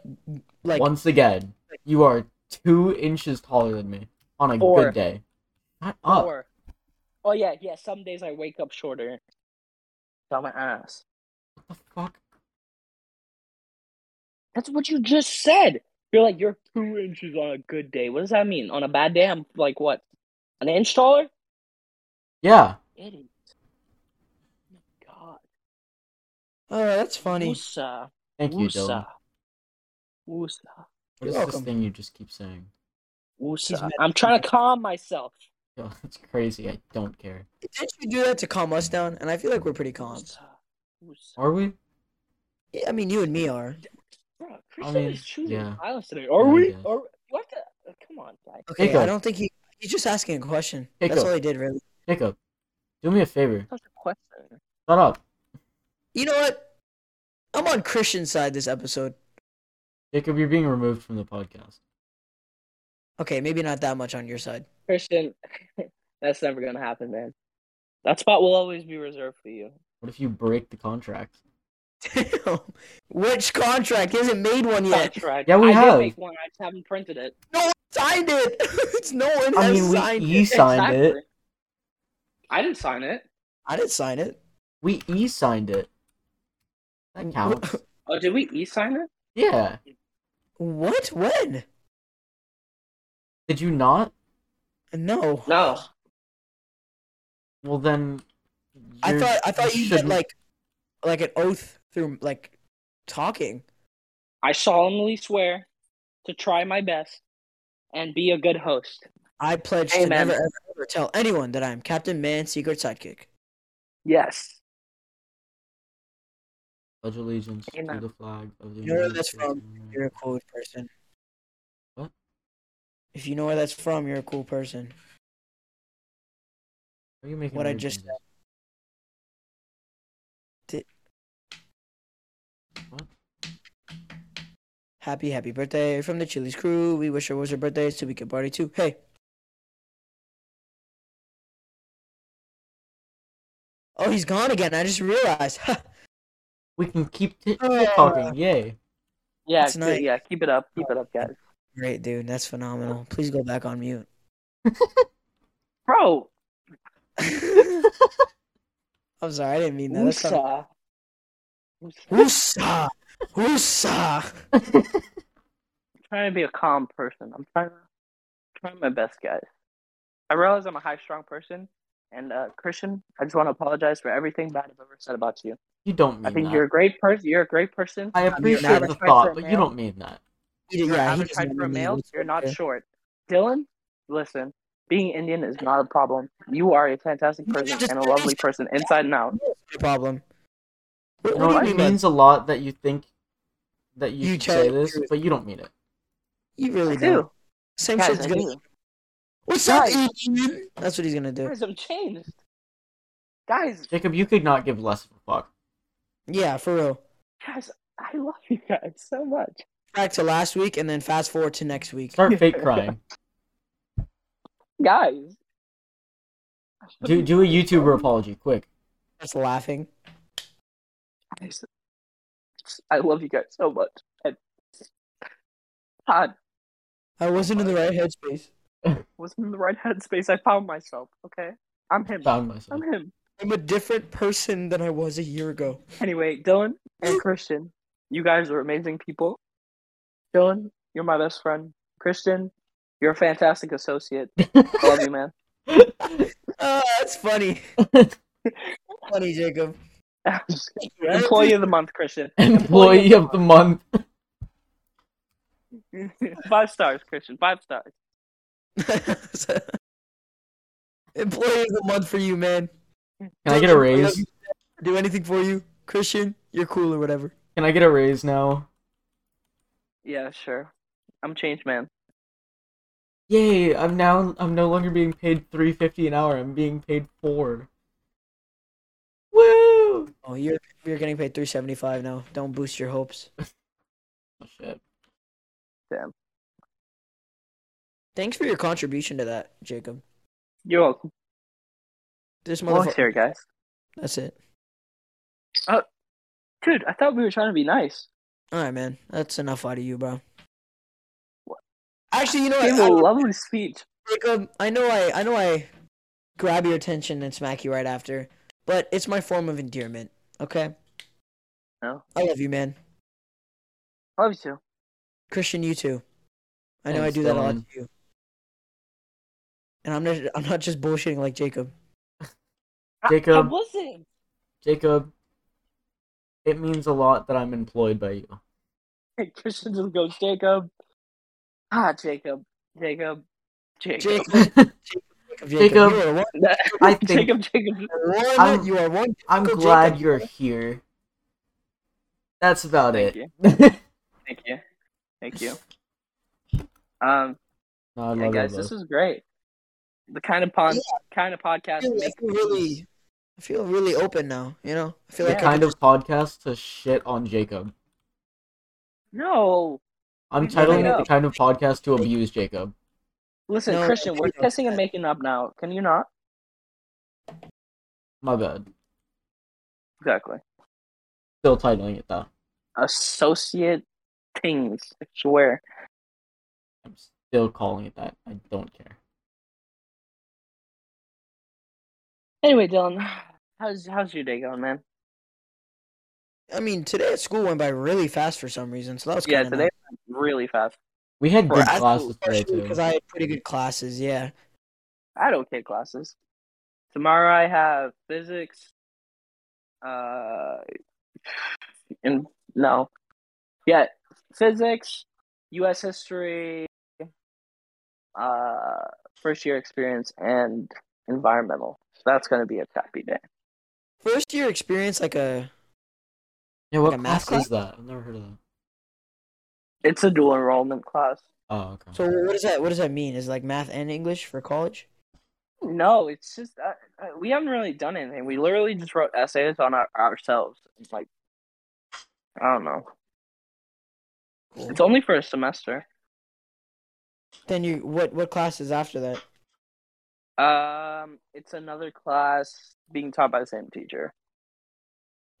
Speaker 1: like
Speaker 3: Once again, you are two inches taller than me on a
Speaker 2: Four.
Speaker 3: good day. Shut up.
Speaker 2: Or, oh yeah, yeah. Some days I wake up shorter. On my ass.
Speaker 3: What the fuck?
Speaker 2: That's what you just said. You're like you're two inches on a good day. What does that mean? On a bad day, I'm like what? An inch taller?
Speaker 3: Yeah.
Speaker 2: Idiot. Oh my God.
Speaker 1: Oh, that's funny.
Speaker 2: Woosa.
Speaker 3: Thank you, Dylan.
Speaker 2: Woosa. Woosa.
Speaker 3: What is
Speaker 1: You're
Speaker 3: this
Speaker 1: welcome.
Speaker 3: thing you just keep saying?
Speaker 1: She's
Speaker 2: Woosa.
Speaker 1: mad
Speaker 2: I'm
Speaker 1: at
Speaker 2: trying
Speaker 1: me.
Speaker 2: to calm myself.
Speaker 3: Yo, it's crazy. I don't care.
Speaker 1: Didn't you do that to calm us down? And I feel like we're pretty calm.
Speaker 2: Woosa. Woosa.
Speaker 3: Are we?
Speaker 1: Yeah, I mean, you and me are.
Speaker 2: Bro, Christian
Speaker 3: mean,
Speaker 2: is truly
Speaker 3: yeah.
Speaker 2: violent today. Are
Speaker 3: Yeah, I
Speaker 2: we?
Speaker 3: guess.
Speaker 2: Are you have to? uh, Come on, guys.
Speaker 1: Okay,
Speaker 3: Jacob.
Speaker 1: I don't think he. He's just asking a question. That's
Speaker 3: Jacob.
Speaker 1: all he did, really.
Speaker 3: Jacob, do me a favor.
Speaker 2: Such a question.
Speaker 3: Shut up.
Speaker 1: You know what? I'm on Christian's side this episode.
Speaker 3: Jacob, you're being removed from the podcast.
Speaker 1: Okay, maybe not that much on your side.
Speaker 2: Christian, that's never gonna happen, man. That spot will always be reserved for you.
Speaker 3: What if you break the contract?
Speaker 1: Damn. Which contract? He hasn't made one yet.
Speaker 2: Contract.
Speaker 3: Yeah, we
Speaker 2: I
Speaker 3: have.
Speaker 2: did make one. I just haven't printed it.
Speaker 1: No one signed it. it's no one
Speaker 3: I
Speaker 1: has
Speaker 3: mean,
Speaker 1: signed
Speaker 3: we
Speaker 1: it.
Speaker 3: e signed it.
Speaker 2: Exactly. I didn't sign it.
Speaker 1: I didn't sign it.
Speaker 3: We e signed it. That counts.
Speaker 2: Oh, did we e-sign it?
Speaker 3: yeah.
Speaker 1: What? When?
Speaker 3: Did you not?
Speaker 1: No.
Speaker 2: No.
Speaker 3: Well then.
Speaker 1: I
Speaker 3: you're-
Speaker 1: thought I thought you meant
Speaker 3: shouldn't-
Speaker 1: like like an oath through like talking.
Speaker 2: I solemnly swear to try my best and be a good host.
Speaker 1: I pledge to
Speaker 2: Amen.
Speaker 1: never ever, ever tell anyone that I am Captain Man Secret Sidekick.
Speaker 2: Yes.
Speaker 3: Pledge allegiance to
Speaker 2: Amen.
Speaker 3: the flag of the
Speaker 1: You know where
Speaker 3: United
Speaker 1: that's
Speaker 3: States
Speaker 1: from?
Speaker 3: of America.
Speaker 1: You're a cool person.
Speaker 3: What?
Speaker 1: If you know where that's from, you're a cool person.
Speaker 3: Why Are you making
Speaker 1: What I
Speaker 3: weird
Speaker 1: just
Speaker 3: noises?
Speaker 1: Happy, happy birthday from the Chili's crew. We wish her was her birthday so we could party too. Hey. Oh, he's gone again. I just realized.
Speaker 3: We can keep t-
Speaker 1: Uh,
Speaker 3: talking. Yay.
Speaker 2: Yeah.
Speaker 1: That's
Speaker 2: good-
Speaker 1: nice.
Speaker 2: Yeah. Keep it up. Keep it up, guys.
Speaker 1: Great, dude. That's phenomenal. Please go back on mute.
Speaker 2: Bro,
Speaker 1: I'm sorry. I didn't mean that. That's kind of-
Speaker 2: Usa. Usa.
Speaker 1: Woosa! Woosa!
Speaker 2: trying to be a calm person. I'm trying to trying my best, guys. I realize I'm a high strung person, and uh, Christian, I just want to apologize for everything bad I've ever said about you.
Speaker 3: You don't mean
Speaker 2: I think
Speaker 3: that.
Speaker 2: you're a great person. You're a great person.
Speaker 3: I
Speaker 1: not
Speaker 3: appreciate the
Speaker 2: a fighter,
Speaker 3: thought, but you
Speaker 2: man.
Speaker 3: don't mean that.
Speaker 1: He-
Speaker 2: You're
Speaker 1: yeah, he
Speaker 2: average
Speaker 1: doesn't
Speaker 2: height for a
Speaker 1: remember
Speaker 2: male.
Speaker 1: these.
Speaker 2: You're not
Speaker 1: Yeah.
Speaker 2: short. Dylan, listen. Being Indian is not a problem. You are a fantastic
Speaker 1: You
Speaker 2: person
Speaker 1: just-
Speaker 2: and a lovely person inside and out.
Speaker 1: No problem. What,
Speaker 3: You
Speaker 1: what
Speaker 3: know,
Speaker 1: do
Speaker 3: it
Speaker 1: you mean?
Speaker 3: means a lot that you think that you,
Speaker 1: You
Speaker 3: should
Speaker 1: tell-
Speaker 3: say this,
Speaker 1: you-
Speaker 3: but you don't mean it.
Speaker 1: by- You
Speaker 2: I
Speaker 1: really do.
Speaker 2: do.
Speaker 1: Same
Speaker 2: Guys,
Speaker 1: shit's
Speaker 2: I
Speaker 1: gonna.
Speaker 2: do.
Speaker 1: What's
Speaker 2: Guys.
Speaker 1: up, Ian? That's what he's gonna do.
Speaker 2: Guys, I'm changed. Guys,
Speaker 3: Jacob, you could not give less of a fuck.
Speaker 1: Yeah, for real.
Speaker 2: guys, I love you guys so much.
Speaker 1: Back to last week, and then fast forward to next week.
Speaker 3: Start fake crying.
Speaker 2: Guys.
Speaker 3: Do do a YouTuber apology, quick.
Speaker 1: That's laughing.
Speaker 2: guys. I love you guys so much. And God,
Speaker 1: I wasn't in the right headspace.
Speaker 2: was in the right headspace. I found myself. Okay, I'm him.
Speaker 3: Found myself.
Speaker 2: I'm him.
Speaker 1: I'm a different person than I was a year ago.
Speaker 2: Anyway, Dylan and Christian, you guys are amazing people. Dylan, you're my best friend. Christian, you're a fantastic associate. I love you, man.
Speaker 1: Oh, that's funny. funny, Jacob.
Speaker 2: Employee of the month, Christian.
Speaker 3: Employee of the month.
Speaker 2: Five stars, Christian. Five stars.
Speaker 1: Employee of the month for you, man.
Speaker 3: Can I get a raise?
Speaker 1: Do anything for you, Christian? You're cool or whatever.
Speaker 3: Can I get a raise now?
Speaker 2: Yeah, sure. I'm changed, man.
Speaker 3: Yay, I'm now I'm no longer being paid three fifty an hour, I'm being paid four. Woo!
Speaker 1: Oh, you're you're getting paid 375 now. Don't boost your hopes.
Speaker 3: Oh, shit.
Speaker 1: Thanks for your contribution to that, Jacob.
Speaker 2: You're welcome.
Speaker 1: This
Speaker 2: Always
Speaker 1: motherfucker.
Speaker 2: here, guys.
Speaker 1: That's it.
Speaker 2: Dude, I thought we were trying to be nice.
Speaker 1: All right, man. That's enough out of you, bro.
Speaker 2: What?
Speaker 1: Actually, you know
Speaker 2: Gave
Speaker 1: what?
Speaker 2: a
Speaker 1: I don't-
Speaker 2: lovely speech.
Speaker 1: Jacob, um, I know I I know I grab your attention and smack you right after, but it's my form of endearment. Okay.
Speaker 2: No.
Speaker 1: I love you, man.
Speaker 2: Love you too.
Speaker 1: Christian, you too. I know
Speaker 3: Thanks,
Speaker 1: I do that a lot to
Speaker 3: Dylan.
Speaker 1: you. And I'm not I'm not just bullshitting like Jacob.
Speaker 2: I- I
Speaker 3: Jacob.
Speaker 2: wasn't.
Speaker 3: Jacob, It means a lot that I'm employed by you.
Speaker 2: Christian just goes, Jacob. Ah, Jacob. Jacob. Jacob.
Speaker 1: Jacob,
Speaker 3: Jacob.
Speaker 1: you are one.
Speaker 3: I think-
Speaker 2: Jacob, Jacob.
Speaker 1: one
Speaker 3: I'm-
Speaker 1: you are one.
Speaker 3: I'm
Speaker 1: Jacob.
Speaker 3: glad you're here. That's about
Speaker 2: Thank
Speaker 3: it.
Speaker 2: you. Thank you. Thank you. Um,
Speaker 3: No, I
Speaker 2: yeah,
Speaker 3: love
Speaker 2: guys,
Speaker 3: it.
Speaker 2: this is great. The kind of pod, kind of
Speaker 1: I
Speaker 2: podcast.
Speaker 1: feel, I
Speaker 2: Make
Speaker 1: feel really, I feel really open now. You know, I feel
Speaker 2: Yeah.
Speaker 1: like I
Speaker 3: kind
Speaker 1: could
Speaker 3: of podcast to shit on Jacob.
Speaker 2: no.
Speaker 3: I'm
Speaker 2: We've made
Speaker 3: titling
Speaker 2: it
Speaker 3: it the
Speaker 2: up.
Speaker 3: kind of podcast to abuse Jacob.
Speaker 2: Listen,
Speaker 1: No,
Speaker 2: Christian, we're
Speaker 1: Jacob.
Speaker 2: kissing and making up now. Can you not?
Speaker 3: My bad.
Speaker 2: Exactly.
Speaker 3: Still titling it though.
Speaker 2: Associate things. I swear.
Speaker 3: I'm still calling it that. I don't care.
Speaker 2: Anyway, Dylan, how's how's your day going, man?
Speaker 1: I mean, today at school went by really fast for some reason, so that was
Speaker 2: yeah,
Speaker 1: kind of
Speaker 2: today went really fast.
Speaker 3: We had
Speaker 2: For
Speaker 3: good
Speaker 2: us,
Speaker 3: classes today
Speaker 1: because
Speaker 3: too.
Speaker 1: I had pretty good classes. Yeah,
Speaker 2: I had okay classes. Tomorrow I have physics. Uh, and no, yeah, physics, U.S. history, uh, first year experience, and environmental. So that's gonna be a happy day.
Speaker 1: first year experience like a
Speaker 3: Yeah, what
Speaker 1: Like a
Speaker 3: class
Speaker 1: math
Speaker 3: is that? I've never heard of that.
Speaker 2: It's a dual enrollment class.
Speaker 3: Oh, okay.
Speaker 1: So what does that what does that mean? Is it like math and English for college?
Speaker 2: No, it's just uh, uh, we haven't really done anything. We literally just wrote essays on our, ourselves. It's like I don't know.
Speaker 1: Cool.
Speaker 2: It's only for a semester.
Speaker 1: Then you what what classes after that?
Speaker 2: Um, it's another class being taught by the same teacher.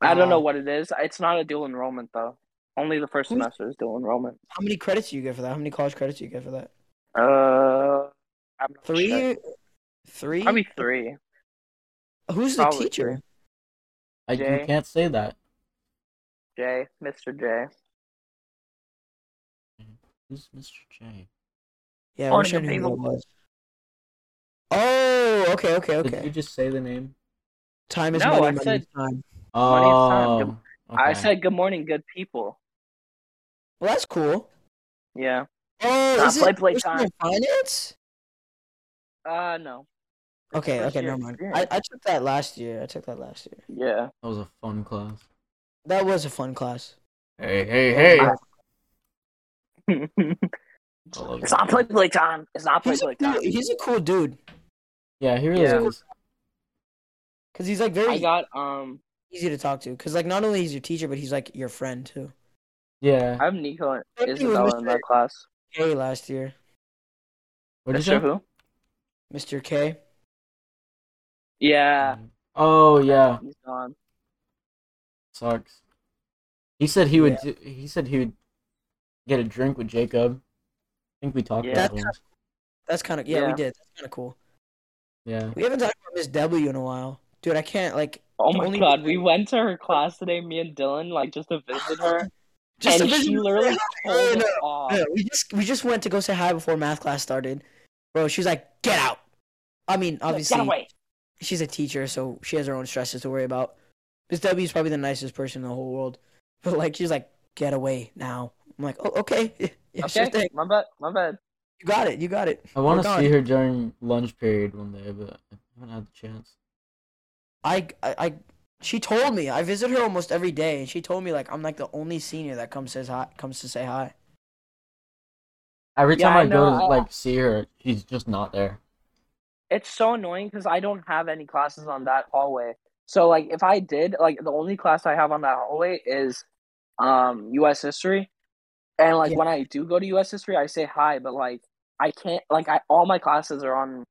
Speaker 2: I don't know
Speaker 3: Oh.
Speaker 1: Uh,
Speaker 2: what it is. It's not a dual enrollment though. Only the first
Speaker 1: Who's-
Speaker 2: semester is dual enrollment.
Speaker 1: How many credits do you get for that? How many college credits do you get for that?
Speaker 2: Uh, I'm not
Speaker 1: Three,
Speaker 2: sure.
Speaker 1: three.
Speaker 2: Probably three.
Speaker 1: Who's the
Speaker 2: probably
Speaker 1: teacher?
Speaker 3: I,
Speaker 2: Jay.
Speaker 3: you can't say that.
Speaker 2: J, Mr. J.
Speaker 3: Who's Mr. J?
Speaker 1: Yeah, I
Speaker 2: Or
Speaker 1: wish I
Speaker 2: the
Speaker 1: knew who
Speaker 2: people.
Speaker 1: it was. Oh, okay, okay,
Speaker 3: Did you
Speaker 1: okay.
Speaker 3: just say the name?
Speaker 1: Time is
Speaker 2: No, I
Speaker 1: money. money
Speaker 2: said-
Speaker 1: is time.
Speaker 3: Oh,
Speaker 2: Money is time. I
Speaker 3: okay.
Speaker 2: said good morning, good people.
Speaker 1: Well, that's cool.
Speaker 2: Yeah.
Speaker 1: Oh,
Speaker 2: Ah,
Speaker 1: is
Speaker 2: play,
Speaker 1: it
Speaker 2: play
Speaker 1: personal finance?
Speaker 2: Uh, no.
Speaker 1: Okay,
Speaker 2: first
Speaker 1: okay,
Speaker 2: year
Speaker 1: never mind. I,
Speaker 2: experience.
Speaker 1: I took that last year. I took that last year.
Speaker 2: Yeah.
Speaker 3: that was a fun class.
Speaker 1: That was a fun class.
Speaker 3: Hey, hey, hey!
Speaker 2: it's
Speaker 3: I love
Speaker 2: not
Speaker 3: it.
Speaker 2: play play time. It's not play
Speaker 1: He's
Speaker 2: play
Speaker 1: a
Speaker 2: time.
Speaker 1: cool, he's a cool dude
Speaker 3: Yeah, he really
Speaker 2: Yeah.
Speaker 3: is.
Speaker 1: because he's like
Speaker 2: I
Speaker 1: very
Speaker 2: got um.
Speaker 1: easy to talk to. Because like not only he's your teacher, but he's like your friend too.
Speaker 3: Yeah.
Speaker 2: I have Nico and
Speaker 1: Something with
Speaker 2: Isabella in
Speaker 1: Mr.
Speaker 2: that class.
Speaker 1: K last year,
Speaker 3: What did you
Speaker 2: Mr.
Speaker 3: say?
Speaker 2: Who?
Speaker 1: Mr. K.
Speaker 2: Yeah.
Speaker 3: Oh yeah,
Speaker 2: He's gone.
Speaker 3: sucks. He said he would. do- He said he would get a drink with Jacob. I think we talked
Speaker 2: Yeah.
Speaker 3: about him.
Speaker 1: That's kind of yeah,
Speaker 2: Yeah.
Speaker 1: we did. That's kind of cool.
Speaker 3: Yeah.
Speaker 1: We haven't talked about Miss W in a while, dude. I can't like
Speaker 2: Oh my
Speaker 1: Only-
Speaker 2: god, we went to her class today, me and Dylan, like just to visit her.
Speaker 1: just
Speaker 2: and
Speaker 1: the
Speaker 2: she
Speaker 1: visual-
Speaker 2: literally
Speaker 1: Oh,
Speaker 2: told
Speaker 1: no.
Speaker 2: us off.
Speaker 1: Yeah, we just we just went to go say hi before math class started, bro. She's like, get out. I mean, obviously,
Speaker 2: Get away.
Speaker 1: she's a teacher, so she has her own stresses to worry about. Miss W is probably the nicest person in the whole world, but like, she's like, get away now. I'm like, oh, okay, yeah, yeah, sure
Speaker 2: Okay,
Speaker 1: thing.
Speaker 2: my bad, my bad.
Speaker 1: You got it. You got it.
Speaker 3: I want
Speaker 1: We're
Speaker 3: to
Speaker 1: gone.
Speaker 3: see her during lunch period one day, but I haven't had the chance.
Speaker 1: I, I, I, she told me I visit her almost every day, and she told me like I'm like the only senior that comes says hi, comes to say hi.
Speaker 3: Every
Speaker 2: Yeah,
Speaker 3: time
Speaker 2: I
Speaker 3: I, go
Speaker 2: know,
Speaker 3: to
Speaker 2: I-
Speaker 3: like see her, she's just not there.
Speaker 2: It's so annoying because I don't have any classes on that hallway. So like if I did, like the only class I have on that hallway is um US history. And like
Speaker 1: Yeah.
Speaker 2: when I do go to US history, I say hi, but like I can't like I all my classes are on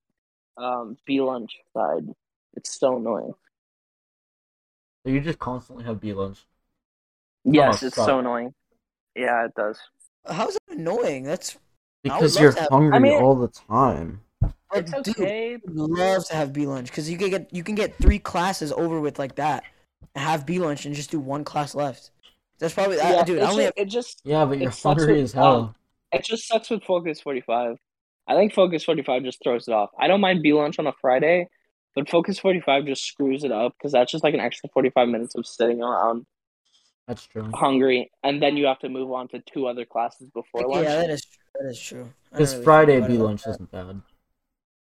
Speaker 2: um B lunch side. It's so
Speaker 1: Oh
Speaker 2: annoying.
Speaker 3: So you just constantly have B lunch.
Speaker 2: Yes,
Speaker 3: Oh,
Speaker 2: it's
Speaker 3: fuck.
Speaker 2: so annoying. Yeah, it does.
Speaker 1: How's that annoying? That's I would
Speaker 3: Because
Speaker 1: love
Speaker 3: you're
Speaker 1: to have-
Speaker 3: hungry
Speaker 2: I mean-
Speaker 3: all the time.
Speaker 1: like,
Speaker 2: It's
Speaker 1: dude,
Speaker 2: okay.
Speaker 1: I would love to have B lunch because you can get you can get three classes over with like that, and have B lunch and just do one class left. That's probably I-
Speaker 2: yeah,
Speaker 1: dude.
Speaker 2: it's
Speaker 1: I only
Speaker 2: ju-
Speaker 1: have,
Speaker 2: it just
Speaker 3: Yeah, but you're
Speaker 2: It sucks
Speaker 3: hungry
Speaker 2: with-
Speaker 3: as hell.
Speaker 2: it just sucks with Focus Forty Five. I think Focus Forty Five just throws it off. I don't mind B lunch on a Friday, but Focus Forty Five just screws it up because that's just like an extra forty five minutes of sitting around
Speaker 3: That's true.
Speaker 2: hungry, and then you have to move on to two other classes before lunch.
Speaker 1: Yeah, that is that is true. I don't
Speaker 3: Because
Speaker 1: really
Speaker 3: Friday
Speaker 1: think
Speaker 3: B
Speaker 1: about it
Speaker 3: lunch
Speaker 1: like
Speaker 3: isn't bad.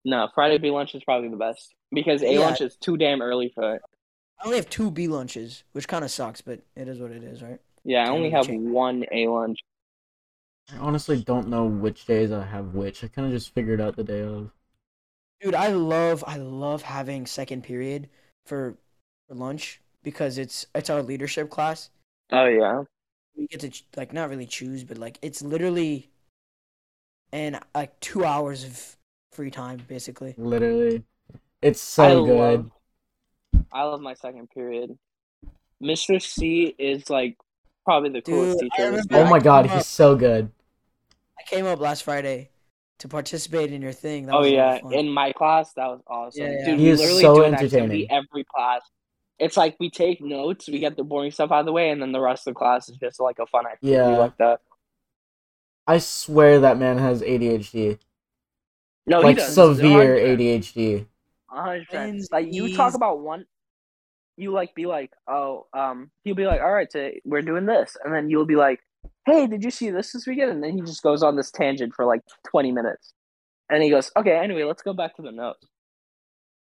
Speaker 2: No, Friday B lunch is probably the best because A
Speaker 1: Yeah.
Speaker 2: lunch is too damn early for it.
Speaker 1: that. I only have two B lunches, which kind of sucks, but it is what it is, right?
Speaker 2: Yeah, I
Speaker 1: Can't
Speaker 2: only
Speaker 1: really
Speaker 2: have
Speaker 1: change.
Speaker 2: one A lunch.
Speaker 3: I honestly don't know which days I have which. I kind of just figured out the day of.
Speaker 1: Dude, I love I love having second period for, for lunch because it's it's our leadership class.
Speaker 2: Oh yeah,
Speaker 1: We get to ch- like not really choose, but like it's literally, and like two hours of free time basically.
Speaker 3: Literally, it's
Speaker 2: I
Speaker 3: so good.
Speaker 2: love. I love my second period. Mr. C is like probably the coolest
Speaker 1: Dude, I
Speaker 2: teacher. in this
Speaker 1: remember-
Speaker 3: oh
Speaker 2: school.
Speaker 3: my god,
Speaker 1: come
Speaker 3: he's
Speaker 1: up-
Speaker 3: so good.
Speaker 1: I came up last Friday to participate in your thing. That
Speaker 2: Oh
Speaker 1: was a lot
Speaker 2: yeah,
Speaker 1: of fun.
Speaker 2: in my class that was awesome.
Speaker 1: Yeah, yeah.
Speaker 2: Dude,
Speaker 3: He
Speaker 2: we
Speaker 3: is
Speaker 2: literally
Speaker 3: so
Speaker 2: do an activity
Speaker 3: entertaining.
Speaker 2: every class. It's like we take notes, we get the boring stuff out of the way, and then the rest of the class is just like a fun activity
Speaker 3: Yeah.
Speaker 2: like that.
Speaker 3: I swear that man has ADHD,
Speaker 2: No,
Speaker 3: like
Speaker 2: Oh, he does.
Speaker 3: severe ADHD.
Speaker 2: hundred percent.
Speaker 1: Friends,
Speaker 2: Like you
Speaker 1: please.
Speaker 2: talk about one, you like be like, oh, um, he'll be like, all right, today we're doing this, and then you'll be like, hey, did you see this this weekend? And then he just goes on this tangent for like twenty minutes, and he goes, okay, anyway, let's go back to the notes.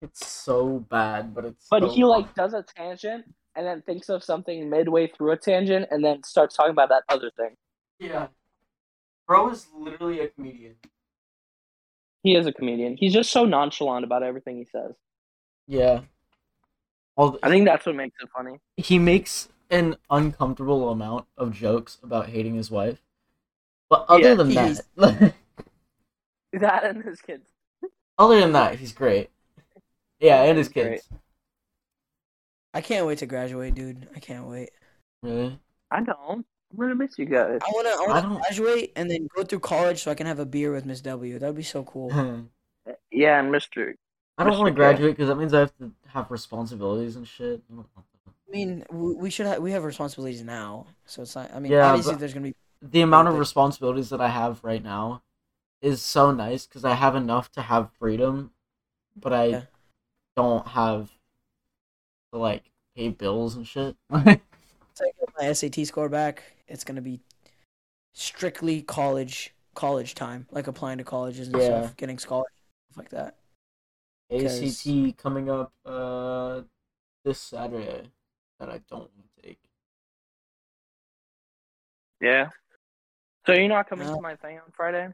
Speaker 3: It's so bad, but it's.
Speaker 2: But
Speaker 3: so
Speaker 2: he like
Speaker 3: fun.
Speaker 2: does a tangent and then thinks of something midway through a tangent and then starts talking about that other thing.
Speaker 3: Yeah, bro is literally a comedian.
Speaker 2: He is a comedian. He's just so nonchalant about everything he says.
Speaker 3: Yeah. All
Speaker 2: I think that's what makes it funny.
Speaker 3: he makes an uncomfortable amount of jokes about hating his wife. But other
Speaker 2: Yeah,
Speaker 3: than
Speaker 1: he
Speaker 3: that,
Speaker 1: is.
Speaker 2: That and his kids.
Speaker 3: other than that, he's great. Yeah, and his
Speaker 2: He's great.
Speaker 3: kids.
Speaker 1: I can't wait to graduate, dude. I can't wait.
Speaker 3: Really?
Speaker 2: I know. I'm gonna miss you guys.
Speaker 1: I wanna I
Speaker 3: I
Speaker 1: wanna
Speaker 3: don't-
Speaker 1: graduate and then go through college so I can have a beer with Miss W. That would be so cool.
Speaker 3: I
Speaker 2: Yeah, and Mr.
Speaker 3: don't want to
Speaker 2: Mr. K.
Speaker 3: graduate because that means I have to have responsibilities and shit. I don't want that.
Speaker 1: I mean, we we should have, we have responsibilities now, so it's not. I mean,
Speaker 3: Yeah,
Speaker 1: obviously
Speaker 3: but-
Speaker 1: there's gonna be.
Speaker 3: The amount of
Speaker 1: Okay.
Speaker 3: responsibilities that I have right now is so nice because I have enough to have freedom, but I
Speaker 1: Yeah.
Speaker 3: don't have to like pay bills and shit.
Speaker 1: It's like get my SAT score back. It's gonna be strictly college college time, like applying to colleges and
Speaker 3: Yeah.
Speaker 1: stuff, getting scholarships, stuff like that. Because-
Speaker 3: ACT coming up uh this Saturday that I don't want to take.
Speaker 2: Yeah. So you're not coming
Speaker 1: No.
Speaker 2: to my thing on Friday?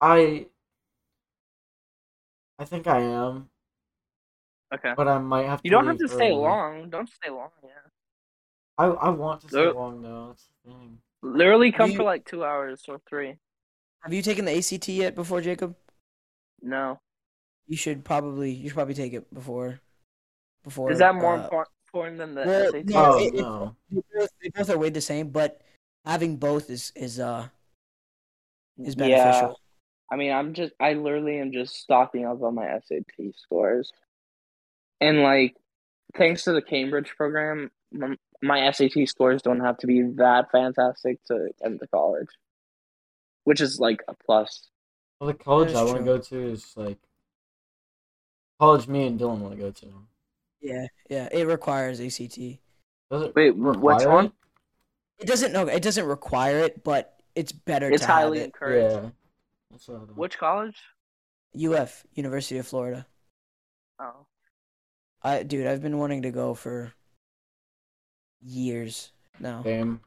Speaker 3: I I think I am,
Speaker 2: Okay.
Speaker 3: but I might have to.
Speaker 2: You don't have to
Speaker 3: leave
Speaker 2: stay
Speaker 3: early.
Speaker 2: long. Don't stay long, yeah.
Speaker 3: I I want to stay
Speaker 2: There-
Speaker 3: long though. That's the thing.
Speaker 2: Literally come
Speaker 1: You-
Speaker 2: for like two hours or three.
Speaker 1: Have you taken the ACT yet before Jacob?
Speaker 2: No.
Speaker 1: You should probably you should probably take it before. Before
Speaker 2: Is that more
Speaker 1: uh,
Speaker 2: impor- important than the
Speaker 1: well,
Speaker 2: SAT?
Speaker 1: No,
Speaker 3: oh
Speaker 1: it- it-
Speaker 3: no,
Speaker 1: They both, they both are weighed the same, but having both is is uh is
Speaker 2: Yeah.
Speaker 1: beneficial.
Speaker 2: I mean, I'm just, I literally am just stocking up on my SAT scores. And like, thanks to the Cambridge program, m- my SAT scores don't have to be that fantastic to enter college, which is like a plus.
Speaker 3: well, the college
Speaker 1: is
Speaker 3: I want to
Speaker 1: true.
Speaker 3: go to is like college. Me and Dylan want to go to.
Speaker 1: Yeah, yeah. It requires ACT. It
Speaker 3: Does it
Speaker 2: Wait, wh- which
Speaker 3: require
Speaker 2: one?
Speaker 3: it?
Speaker 1: doesn't no, it doesn't require it, but it's better.
Speaker 2: It's
Speaker 1: to have
Speaker 2: highly
Speaker 1: it.
Speaker 2: encouraged.
Speaker 3: Yeah. That's what I thought.
Speaker 2: Which college?
Speaker 1: UF University of Florida.
Speaker 2: Oh,
Speaker 1: I dude, I've been wanting to go for years now.
Speaker 3: Damn.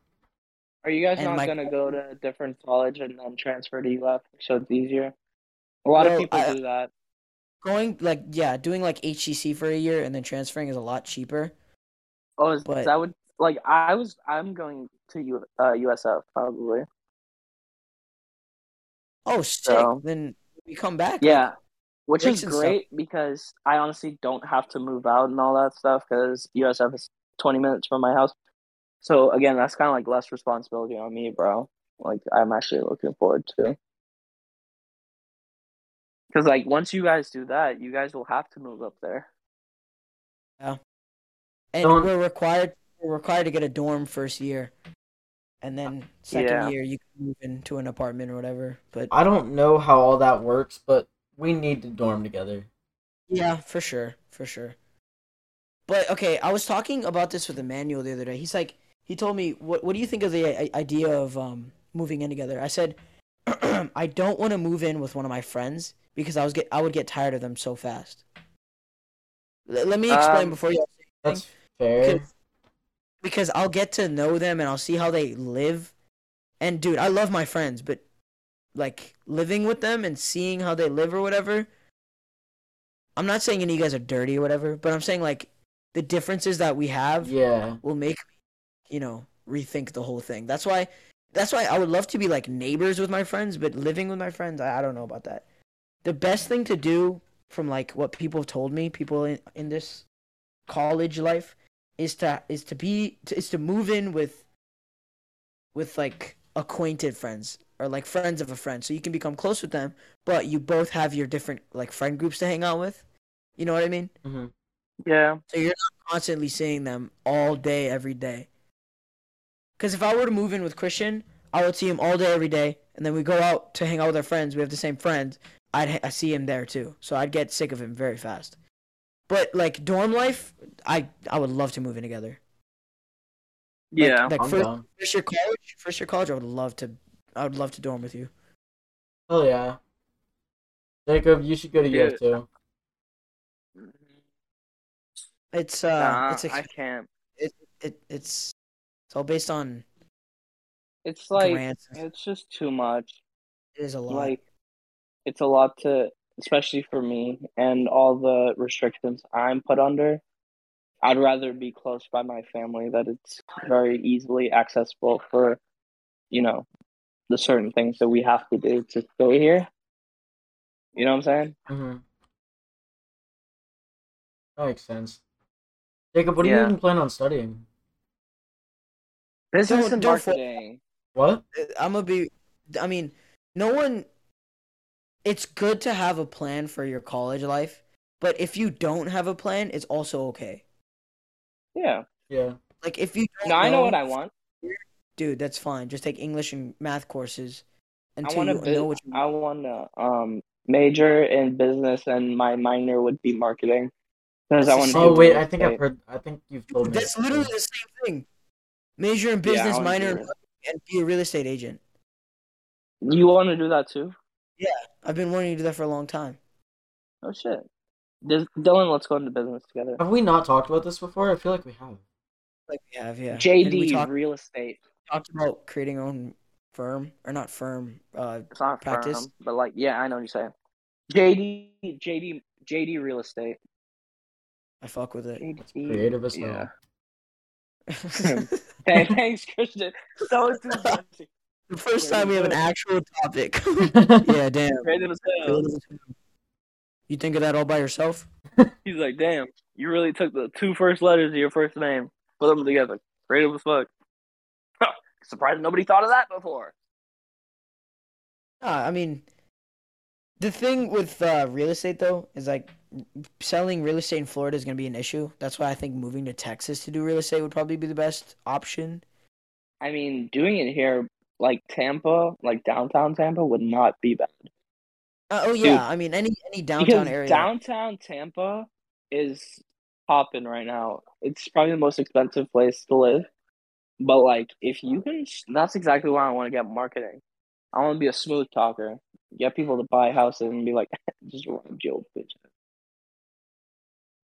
Speaker 2: are you guys
Speaker 1: And
Speaker 2: not
Speaker 1: my-
Speaker 2: gonna go to a different college and then transfer to UF so it's easier? A lot of
Speaker 1: Well,
Speaker 2: people
Speaker 1: I-
Speaker 2: do that.
Speaker 1: Going like yeah, doing like HCC for a year and then transferring is a lot cheaper.
Speaker 2: Oh, is
Speaker 1: but-
Speaker 2: that would like I was? I'm going to U, uh, USF probably.
Speaker 1: Oh, sick.
Speaker 2: So-
Speaker 1: Then we come back. like,
Speaker 2: Yeah, which
Speaker 1: breaks
Speaker 2: is
Speaker 1: and stuff.
Speaker 2: great because I honestly don't have to move out and all that stuff because USF is 20 minutes from my house. So again, that's kind of like less responsibility on me, bro. Like I'm actually looking forward to. Because like once you guys do that, you guys will have to move up there.
Speaker 1: and
Speaker 3: Don't-
Speaker 1: we're required we're required to get a dorm first year, and then second
Speaker 2: Yeah.
Speaker 1: year you can move into an apartment or whatever. But
Speaker 3: I don't know how all that works, but we need to dorm together.
Speaker 1: yeah, for sure, for sure. But okay, I was talking about this with Emmanuel the other day. He's like, He told me, "What What do you think of the i- idea of um, moving in together?" I said, "I don't want to move in with one of my friends because I was get I would get tired of them so fast." L- let me explain
Speaker 2: Um,
Speaker 1: before you
Speaker 3: That's fair.
Speaker 1: Because- because I'll get to know them and I'll see how they live. And dude, I love my friends, but like living with them and seeing how they live or whatever. I'm not saying any of you guys are dirty or whatever, but I'm saying like the differences that we have
Speaker 3: Yeah.
Speaker 1: will make you know rethink the whole thing. That's why that's why I would love to be like neighbors with my friends, but living with my friends, I, I don't know about that. The best thing to do from like what people have told me, people in, in this college life is to is to be to, is to move in with with like acquainted friends or like friends of a friend so you can become close with them but you both have your different like friend groups to hang out with you know what i mean
Speaker 3: hmm
Speaker 2: Yeah.
Speaker 1: so you're not constantly seeing them all day, every day. Because if I were to move in with Christian, I would see him all day, every day. And then we go out to hang out with our friends. We have the same friends. I'd I see him there too. So I'd get sick of him very fast. But like dorm life, I I would love to move in together. Like-
Speaker 2: Yeah.
Speaker 1: Like,
Speaker 3: I'm
Speaker 1: first,
Speaker 3: down.
Speaker 1: first year college, first year college, I would love to. I would love to dorm with you.
Speaker 3: Hell yeah. Jacob, you should go to
Speaker 2: Dude.
Speaker 3: UF too.
Speaker 1: It's uh,
Speaker 2: nah,
Speaker 1: it's ex-
Speaker 2: I can't.
Speaker 1: it, it's it's all based on
Speaker 2: It's like
Speaker 1: grants.
Speaker 2: it's just too much.
Speaker 1: It is a lot.
Speaker 2: Like it's a lot to especially for me and all the restrictions I'm put under. I'd rather be close by my family that it's very easily accessible for, you know, the certain things that we have to do to stay here. You know what I'm saying?
Speaker 3: hmm That makes sense. Jacob, what do you
Speaker 2: Yeah.
Speaker 3: even plan on studying?
Speaker 2: Business
Speaker 1: Don't-
Speaker 2: and
Speaker 1: don't fall-
Speaker 2: marketing.
Speaker 3: What?
Speaker 1: I'm gonna be. I mean, no one. It's good to have a plan for your college life, but if you don't have a plan, it's also okay.
Speaker 2: Yeah.
Speaker 3: Yeah.
Speaker 1: Like if you don't
Speaker 2: No, I know what I want.
Speaker 1: dude, that's fine. Just take English and math courses
Speaker 2: I
Speaker 1: until
Speaker 2: want
Speaker 1: you
Speaker 2: to.
Speaker 1: know what you.
Speaker 2: I want to um major in business, and my minor would be marketing. Because I
Speaker 1: That's
Speaker 2: want
Speaker 1: the
Speaker 2: to.
Speaker 1: same-
Speaker 3: Oh wait, I think I've heard. I think you've told me.
Speaker 1: That's
Speaker 3: that
Speaker 1: literally
Speaker 3: too.
Speaker 1: the same thing. Major in
Speaker 2: Yeah, I
Speaker 1: business,
Speaker 2: wanna
Speaker 1: minor in
Speaker 2: do
Speaker 1: marketing, and be a real estate agent.
Speaker 2: You want to do that too?
Speaker 1: I've been wanting to do that for a long time.
Speaker 2: Oh shit. Does, Dylan, let's go into business together.
Speaker 3: Have we not talked about this before? I feel like we have.
Speaker 1: Like we have, yeah.
Speaker 2: JD
Speaker 1: And we talked,
Speaker 2: real estate.
Speaker 1: talked about creating our own firm or not firm, uh,
Speaker 2: It's not a
Speaker 1: Practice.
Speaker 2: firm, but like yeah, I know what you're saying. JD JD JD real estate.
Speaker 1: I fuck with it.
Speaker 2: JD.
Speaker 3: Creative as
Speaker 2: Mm, yeah.
Speaker 3: hell.
Speaker 2: Hey, thanks, Christian. So enthusiastic.
Speaker 1: The first time we have an actual topic. yeah, damn.
Speaker 2: Creative as hell.
Speaker 1: You think of that all by yourself?
Speaker 2: He's like, damn, you really took the two first letters of your first name, put them together. Creative as fuck. Surprised nobody thought of that before.
Speaker 1: Nah, I mean, the thing with uh, real estate though is like selling real estate in Florida is gonna be an issue. That's why I think moving to Texas to do real estate would probably be the best option.
Speaker 2: I mean, doing it here, like Tampa, like downtown Tampa, would not be bad.
Speaker 1: Uh, oh
Speaker 2: Dude.
Speaker 1: yeah, I mean any any downtown
Speaker 2: because
Speaker 1: area.
Speaker 2: downtown Tampa is popping right now. It's probably the most expensive place to live, but like if you can, that's exactly why I want to get marketing. I want to be a smooth talker, get people to buy houses and be like, just robbed you old bitch.
Speaker 3: Kind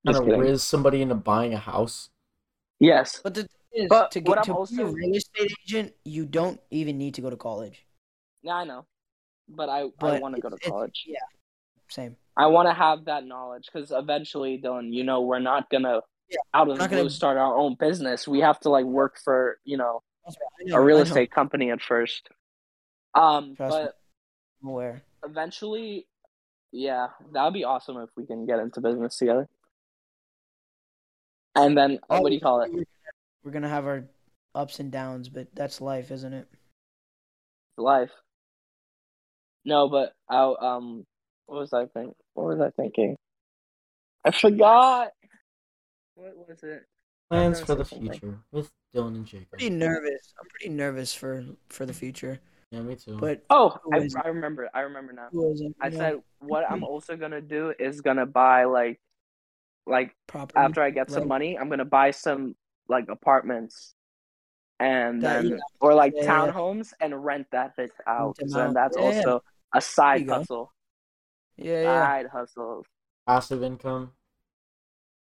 Speaker 2: Just
Speaker 3: of
Speaker 2: kidding.
Speaker 3: whiz somebody into buying a house.
Speaker 2: Yes,
Speaker 1: But the thing is,
Speaker 2: But
Speaker 1: to
Speaker 2: what
Speaker 1: get
Speaker 2: I'm
Speaker 1: to be a
Speaker 2: also-
Speaker 1: real estate agent, you don't even need to go to college.
Speaker 2: yeah, I know, but I I
Speaker 1: But
Speaker 2: want to go to
Speaker 1: it's- it's-
Speaker 2: college.
Speaker 1: Yeah, same.
Speaker 2: I want to have that knowledge because eventually, Dylan, you know, we're not gonna
Speaker 1: Yeah,
Speaker 2: out of the
Speaker 1: not gonna-
Speaker 2: blue start our own business. We have to like work for you know
Speaker 1: I know,
Speaker 2: a real
Speaker 1: I know.
Speaker 2: estate company at first. Um,
Speaker 1: Trust me.
Speaker 2: but
Speaker 1: I'm aware.
Speaker 2: eventually, yeah, that would be awesome if we can get into business together. And then uh, what do you call it?
Speaker 1: We're gonna have our ups and downs, but that's life, isn't it?
Speaker 2: Life. No, but I um, what was I think? What was I thinking? I forgot. What was it?
Speaker 3: Plans for
Speaker 2: said
Speaker 3: the
Speaker 2: something.
Speaker 3: future with Dylan and
Speaker 1: Pretty
Speaker 3: Jacob.
Speaker 1: nervous. I'm pretty nervous for for the future,
Speaker 3: Yeah, me too.
Speaker 1: but
Speaker 2: Oh,
Speaker 1: Who
Speaker 2: I,
Speaker 1: is it?
Speaker 2: I remember. I remember now.
Speaker 1: who is it? Mm-hmm.
Speaker 2: I
Speaker 1: You know,
Speaker 2: said what I'm also gonna do is gonna buy like, like
Speaker 1: property.
Speaker 2: after I get some
Speaker 1: Mm-hmm. Right.
Speaker 2: money, I'm gonna buy some like apartments and
Speaker 1: That you
Speaker 2: then or like
Speaker 1: Yeah.
Speaker 2: townhomes and rent that bitch out.
Speaker 1: them
Speaker 2: So
Speaker 1: out.
Speaker 2: and that's
Speaker 1: Yeah, yeah.
Speaker 2: also a side
Speaker 1: you go.
Speaker 2: hustle.
Speaker 1: Yeah, yeah.
Speaker 2: Side hustle.
Speaker 3: Passive income.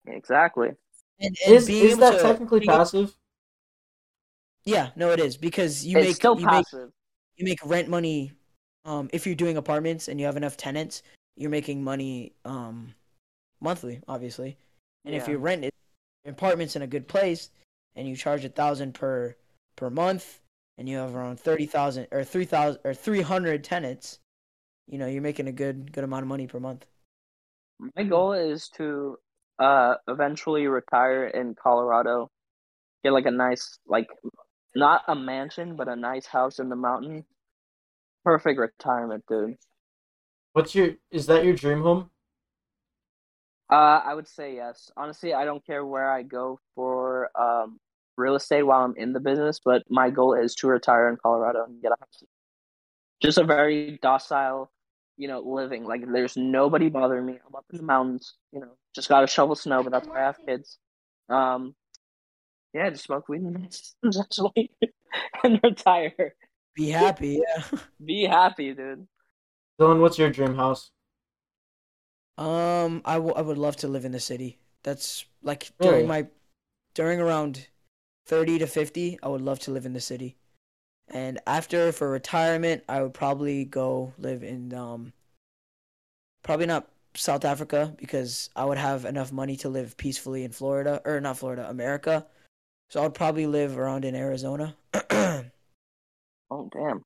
Speaker 2: Exactly.
Speaker 1: And, and
Speaker 3: Is,
Speaker 1: being
Speaker 3: is
Speaker 1: able
Speaker 3: that
Speaker 1: to-
Speaker 3: technically
Speaker 1: being able-
Speaker 3: passive?
Speaker 1: Yeah, no, it is because you
Speaker 2: it's
Speaker 1: make
Speaker 2: still
Speaker 1: you make
Speaker 2: passive.
Speaker 1: you make rent money. Um, if you're doing apartments and you have enough tenants, you're making money um monthly, obviously. And if
Speaker 2: Yeah.
Speaker 1: you rent it, your apartment's in a good place, and you charge a thousand per per month, and you have around thirty thousand or three thousand or three hundred tenants, you know you're making a good good amount of money per month.
Speaker 2: My goal is to uh eventually retire in Colorado, get like a nice like not a mansion but a nice house in the mountain. Perfect retirement, dude.
Speaker 3: What's your? Is that your dream home?
Speaker 2: Uh, I would say yes. Honestly, I don't care where I go for um real estate while I'm in the business, but my goal is to retire in Colorado and get a house. Just a very docile, you know, living. Like there's nobody bothering me. I'm up in the mountains, you know, just gotta shovel snow, but that's why I have kids. Um, yeah, just smoke weed and just wait and retire.
Speaker 1: Be happy, yeah.
Speaker 2: Be happy, dude.
Speaker 3: Dylan, what's your dream house?
Speaker 1: Um, I, w- I would love to live in the city. That's like
Speaker 3: Really?
Speaker 1: during my during around 30 to 50, I would love to live in the city. And after for retirement, I would probably go live in um probably not South Africa because I would have enough money to live peacefully in Florida or not Florida, America. So I would probably live around in Arizona. I
Speaker 2: Oh damn.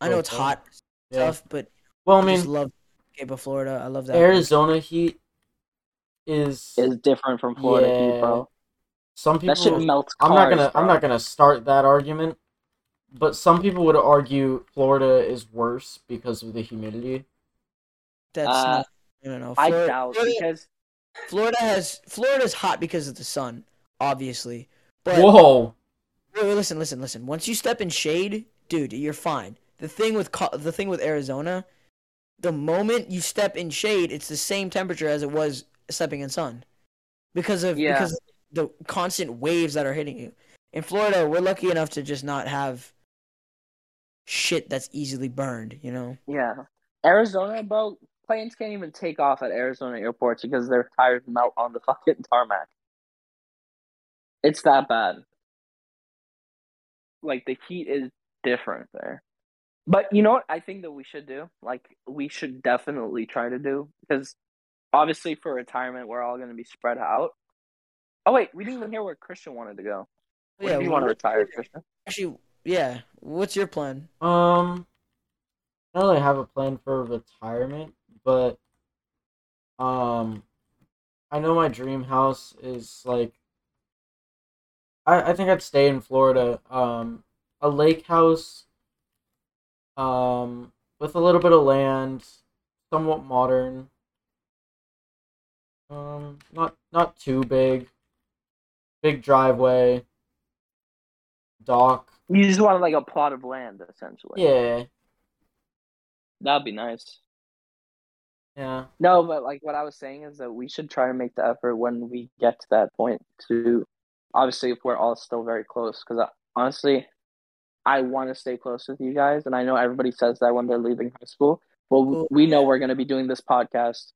Speaker 1: know it's
Speaker 3: Okay.
Speaker 1: hot
Speaker 3: Yeah.
Speaker 1: stuff, but
Speaker 3: Well, I
Speaker 1: I just
Speaker 3: mean,
Speaker 1: love Cape of Florida. I love that.
Speaker 3: Arizona heat is
Speaker 2: It's different from Florida,
Speaker 3: Yeah.
Speaker 2: bro.
Speaker 3: some people.
Speaker 2: That shit melts
Speaker 3: I'm not
Speaker 2: cars,
Speaker 3: gonna. I'm
Speaker 2: bro.
Speaker 3: not gonna start that argument. But some people would argue Florida is worse because of the humidity.
Speaker 1: That's
Speaker 2: Uh,
Speaker 1: not, I don't know.
Speaker 2: I
Speaker 1: Flor-
Speaker 2: doubt
Speaker 1: Florida-
Speaker 2: because
Speaker 1: Florida has Florida's hot because of the sun, obviously. But
Speaker 3: Whoa!
Speaker 1: wait, wait, listen, listen, listen. Once you step in shade, dude, you're fine. The thing with Co- the thing with Arizona, the moment you step in shade, it's the same temperature as it was stepping in sun, because of
Speaker 2: Yeah.
Speaker 1: because of the constant waves that are hitting you. In Florida, we're lucky enough to just not have shit that's easily burned. You know.
Speaker 2: yeah, Arizona, bro. Planes can't even take off at Arizona airports because their tires melt on the fucking tarmac. It's that bad. Like the heat is different there. But you know what? I think that we should do. Like we should definitely try to do because obviously for retirement we're all gonna be spread out. Oh wait, we didn't even hear where Christian wanted to go. Where do you want to
Speaker 1: what-
Speaker 2: retire, Christian?
Speaker 1: actually, yeah. What's your plan?
Speaker 3: Um, I don't really have a plan for retirement, but um, I know my dream house is like. I I think I'd stay in Florida. Um, a lake house. Um, with a little bit of land, somewhat modern. Um, not not too big. Big driveway. Dock.
Speaker 2: You just wanted like a plot of land, essentially.
Speaker 3: Yeah,
Speaker 2: that'd be nice.
Speaker 3: yeah.
Speaker 2: No, but like what I was saying is that we should try to make the effort when we get to that point to obviously if we're all still very close because honestly I want to stay close with you guys and I know everybody says that when they're leaving high school but w
Speaker 1: Cool.
Speaker 2: we know we're going to be doing this podcast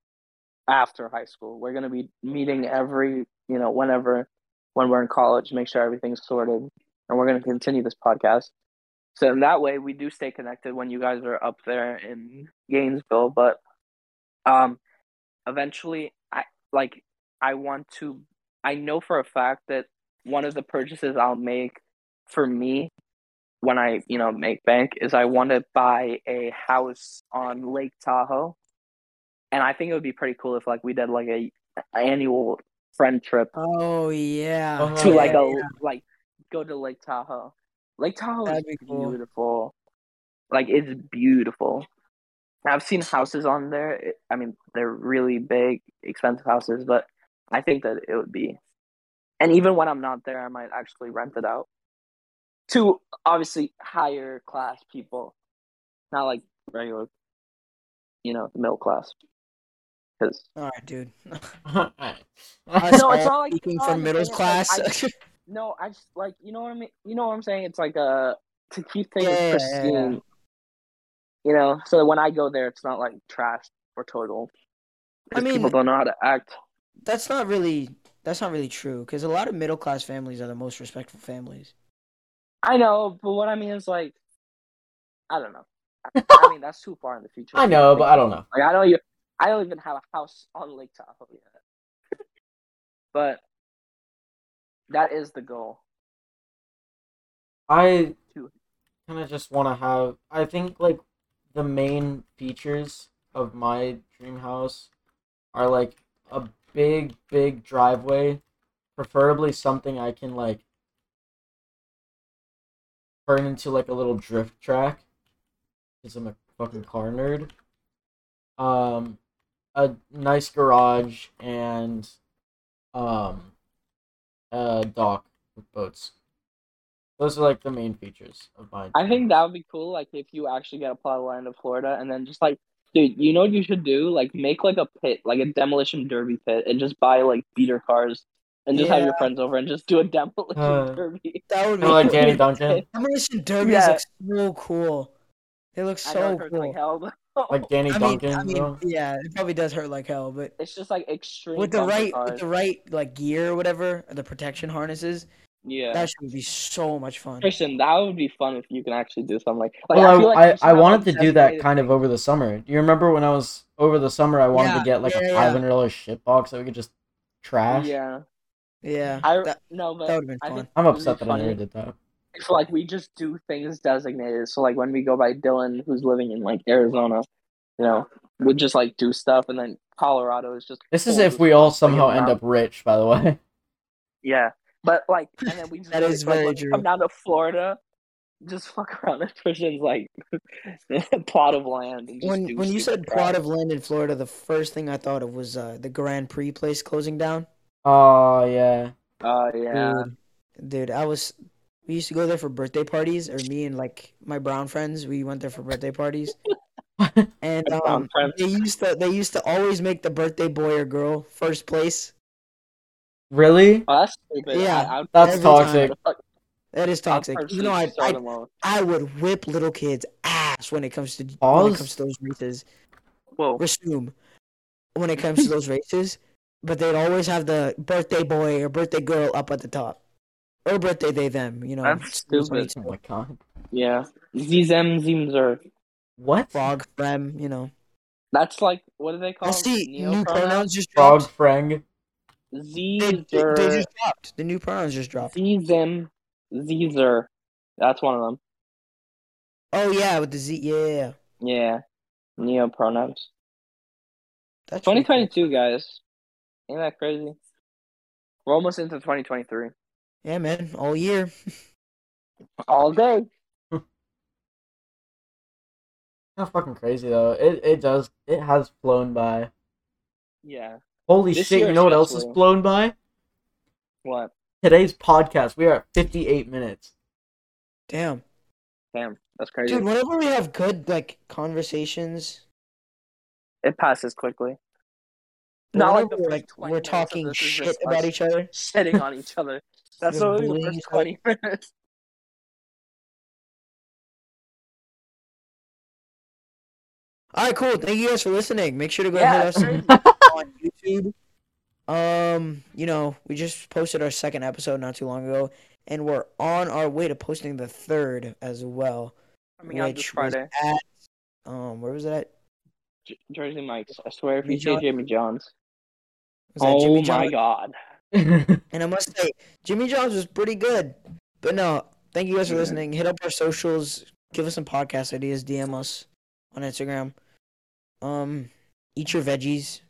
Speaker 2: after high school. We're going to be meeting every, you know, whenever when we're in college, make sure everything's sorted and we're going to continue this podcast. So in that way we do stay connected when you guys are up there in Gainesville, but um eventually i like i want to i know for a fact that one of the purchases i'll make for me when i you know make bank is i want to buy a house on lake tahoe and i think it would be pretty cool if like we did like a annual friend trip
Speaker 1: Oh yeah.
Speaker 3: Uh-huh.
Speaker 2: to
Speaker 3: Oh,
Speaker 2: like
Speaker 1: Yeah.
Speaker 2: a like go to lake tahoe lake tahoe
Speaker 1: That'd
Speaker 2: is
Speaker 1: be cool.
Speaker 2: beautiful like it's beautiful i've seen houses on there it- i mean they're really big expensive houses but i think that it would be and even when i'm not there i might actually rent it out to obviously higher class people not like regular you know middle class because
Speaker 1: All right, dude.
Speaker 3: Alright.
Speaker 1: Us
Speaker 2: No, it's
Speaker 1: all
Speaker 2: not like-
Speaker 1: speaking
Speaker 2: no, I'm
Speaker 1: from
Speaker 2: just
Speaker 1: middle
Speaker 2: saying it's like,
Speaker 1: class.
Speaker 2: No, I just like you know what I mean. You know what I'm saying? It's like uh to keep things
Speaker 1: Yeah, yeah,
Speaker 2: pristine.
Speaker 1: yeah.
Speaker 2: You know, so that when I go there, it's not like trash or total.
Speaker 1: I mean-
Speaker 2: people don't know how to act.
Speaker 1: That's not really that's not really true because a lot of middle class families are the most respectful families.
Speaker 2: I know, but what I mean is like, I don't know. I, I mean, that's too far in the future.
Speaker 3: I know, but I don't know.
Speaker 2: Like I don't even I don't even have a house on Lake Tahoe yet. but that is the goal.
Speaker 3: I
Speaker 2: Two.
Speaker 3: kind of just want to have. I think like the main features of my dream house are like a big, big driveway, preferably something I can like turn into like a little drift track, because I'm a fucking car nerd. Um, a nice garage and um a dock with boats. Those are like the main features of my.
Speaker 2: I think that would be cool, like if you actually get a plot of land in Florida and then just like dude, you know what you should do? Like make like a pit, like a demolition derby pit and just buy like beater cars and just have your friends over and just do a demolition
Speaker 3: Uh,
Speaker 2: derby.
Speaker 1: That would be
Speaker 3: Kinda like
Speaker 1: cool.
Speaker 3: Danny Duncan,
Speaker 1: Demolition Derby
Speaker 2: Yeah.
Speaker 1: looks so cool. It looks
Speaker 2: I know
Speaker 1: so
Speaker 2: it hurts
Speaker 1: cool.
Speaker 2: like hell, but
Speaker 3: like Danny
Speaker 1: I mean,
Speaker 3: Duncan.
Speaker 1: I mean,
Speaker 3: bro.
Speaker 1: yeah, it probably does hurt like hell, but
Speaker 2: it's just like extreme
Speaker 1: with the
Speaker 2: bumper
Speaker 1: right with
Speaker 2: cars.
Speaker 1: the right like gear or whatever, or the protection harnesses,
Speaker 2: yeah.
Speaker 1: that should be so much fun.
Speaker 2: Christian, that would be fun if you can actually do something like. like
Speaker 3: Well, I,
Speaker 2: feel like
Speaker 3: I,
Speaker 2: you should
Speaker 3: I
Speaker 2: have,
Speaker 3: wanted to
Speaker 2: like,
Speaker 3: do that
Speaker 2: designated-
Speaker 3: kind of over the summer. Do you remember when I was over the summer? I wanted
Speaker 1: Yeah,
Speaker 3: to get like
Speaker 1: yeah,
Speaker 3: a
Speaker 1: yeah.
Speaker 3: five hundred dollar shit box that we could just trash.
Speaker 2: Yeah,
Speaker 1: Yeah,
Speaker 2: I
Speaker 1: that,
Speaker 2: no, but
Speaker 1: that would have been
Speaker 2: I
Speaker 1: fun.
Speaker 2: think
Speaker 3: I'm
Speaker 2: it would be
Speaker 3: upset that I
Speaker 2: funny
Speaker 3: never did that.
Speaker 2: If like we just do things designated, so like when we go by Dylan, who's living in like Arizona, you know, we just like do stuff, and then Colorado is just.
Speaker 3: This is
Speaker 2: full
Speaker 3: if
Speaker 2: of-
Speaker 3: we all somehow end
Speaker 2: mountain.
Speaker 3: up rich, by the way.
Speaker 2: Yeah, but like, and then we just
Speaker 1: That
Speaker 2: like,
Speaker 1: is
Speaker 2: like,
Speaker 1: very
Speaker 2: let's
Speaker 1: true.
Speaker 2: Come down to Florida, just fuck around at Christian's like plot of land. And just
Speaker 1: When
Speaker 2: do
Speaker 1: when you
Speaker 2: stupid
Speaker 1: said
Speaker 2: crap.
Speaker 1: plot of land in Florida, the first thing I thought of was uh, the Grand Prix place closing down.
Speaker 3: Oh yeah.
Speaker 2: Oh yeah,
Speaker 1: Dude, dude, I was we used to go there for birthday parties, or me and like my brown friends, we went there for birthday parties. and
Speaker 2: My brown
Speaker 1: um,
Speaker 2: friends.
Speaker 1: they used to they used to always make the birthday boy or girl first place.
Speaker 3: Really?
Speaker 2: oh, that's stupid.
Speaker 1: Yeah,
Speaker 2: I, I would-
Speaker 3: That's
Speaker 1: Every
Speaker 3: toxic.
Speaker 2: Fuck
Speaker 1: That is toxic.
Speaker 2: I'll
Speaker 1: Even though I,
Speaker 2: personally
Speaker 1: I
Speaker 2: start them all.
Speaker 1: I would whip little kids ass when it comes to when
Speaker 3: Oz?
Speaker 1: it comes to those races.
Speaker 2: Whoa.
Speaker 1: Resume when it comes to those races, but they'd always have the birthday boy or birthday girl up at the top, or birthday they them. You know,
Speaker 2: That's
Speaker 1: schools on
Speaker 2: stupid.
Speaker 1: each
Speaker 3: Oh
Speaker 1: side.
Speaker 3: my god.
Speaker 2: Yeah. Zem Zimzer.
Speaker 3: What?
Speaker 1: Frog frem, you know.
Speaker 2: That's like what do they call
Speaker 1: I see new pronouns just
Speaker 3: Frog
Speaker 1: dropped.
Speaker 3: Frang.
Speaker 2: Z
Speaker 1: They, they, they just dropped. The new pronouns just dropped.
Speaker 2: Zem Zizer. That's one of them.
Speaker 1: Oh yeah, with the Z. Yeah, yeah, yeah.
Speaker 2: Yeah. Neo pronouns.
Speaker 1: That's
Speaker 2: Twenty
Speaker 1: really cool.
Speaker 2: twenty two guys. Ain't that crazy? We're almost into twenty twenty three.
Speaker 1: Yeah, man, all year.
Speaker 2: All day.
Speaker 3: How fucking crazy though. It it does. It has flown by.
Speaker 2: Yeah.
Speaker 3: Holy
Speaker 2: This
Speaker 3: shit!
Speaker 2: year
Speaker 3: You know what else has
Speaker 2: especially.
Speaker 3: flown by?
Speaker 2: What?
Speaker 3: Today's podcast. We are at fifty-eight minutes.
Speaker 1: Damn,
Speaker 2: Damn. That's crazy.
Speaker 1: dude. Whenever we have good like conversations,
Speaker 2: it passes quickly. Not like the
Speaker 1: whenever,
Speaker 2: first
Speaker 1: like
Speaker 2: 20
Speaker 1: we're
Speaker 2: minutes of
Speaker 1: talking
Speaker 2: this is
Speaker 1: shit
Speaker 2: just us
Speaker 1: about each other.
Speaker 2: shitting on each other. That's
Speaker 1: You're
Speaker 2: only the
Speaker 1: bullying
Speaker 2: first
Speaker 1: each other.
Speaker 2: twenty minutes.
Speaker 1: All right, cool. Thank you guys for listening. Make sure to go
Speaker 2: Yeah,
Speaker 1: hit us
Speaker 2: sure.
Speaker 1: on YouTube. Um, you know, we just posted our second episode not too long ago, and we're on our way to posting the third as well,
Speaker 2: Coming out this
Speaker 1: which was
Speaker 2: Friday.
Speaker 1: at um, where was that?
Speaker 2: J- Jersey Mike's. I swear, if
Speaker 1: Jimmy
Speaker 2: you see
Speaker 1: John's?
Speaker 2: Jimmy John's.
Speaker 1: Was that
Speaker 2: Oh
Speaker 1: Jimmy
Speaker 2: my
Speaker 1: John's?
Speaker 2: God.
Speaker 1: And I must say, Jimmy John's was pretty good. But no, thank you guys for
Speaker 2: Yeah.
Speaker 1: listening. Hit up our socials. Give us some podcast ideas. DM us on Instagram. Um, eat your veggies.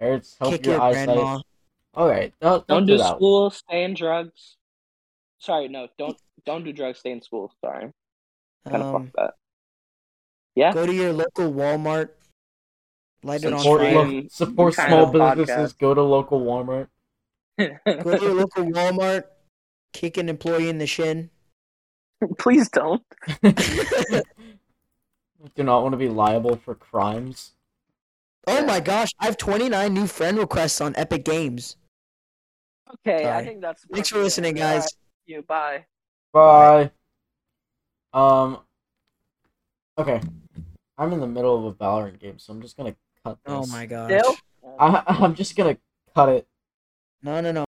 Speaker 3: Eric's help
Speaker 1: kick
Speaker 3: your,
Speaker 1: your
Speaker 3: eyesight.
Speaker 1: grandma.
Speaker 3: All right, don't,
Speaker 2: Don't
Speaker 3: don't
Speaker 2: do
Speaker 3: do that. one.
Speaker 2: school. Stay in drugs. Sorry, no. Don't don't do drugs. Stay in school. Sorry, kind of
Speaker 1: Um,
Speaker 2: fuck that. Yeah.
Speaker 1: go to your local Walmart. Light it on
Speaker 3: Support,
Speaker 2: Supporting-
Speaker 1: fire.
Speaker 3: lo- support
Speaker 2: kind
Speaker 3: small
Speaker 2: of podcast.
Speaker 3: businesses. Go to local Walmart.
Speaker 1: Go to your local Walmart. Kick an employee in the shin.
Speaker 2: Please don't.
Speaker 3: Do not want to be liable for crimes.
Speaker 1: Oh my gosh, I have 29 new friend requests on Epic Games.
Speaker 2: Okay, I
Speaker 1: Sorry.
Speaker 2: think that's.
Speaker 1: Thanks for
Speaker 2: perfect.
Speaker 1: listening,
Speaker 2: All right,
Speaker 1: guys.
Speaker 2: You bye.
Speaker 3: Bye. Um. Okay, I'm in the middle of a Valorant game, so I'm just gonna cut this.
Speaker 1: Oh my gosh.
Speaker 2: Still?
Speaker 3: I, I'm just gonna cut it.
Speaker 1: No, no, no.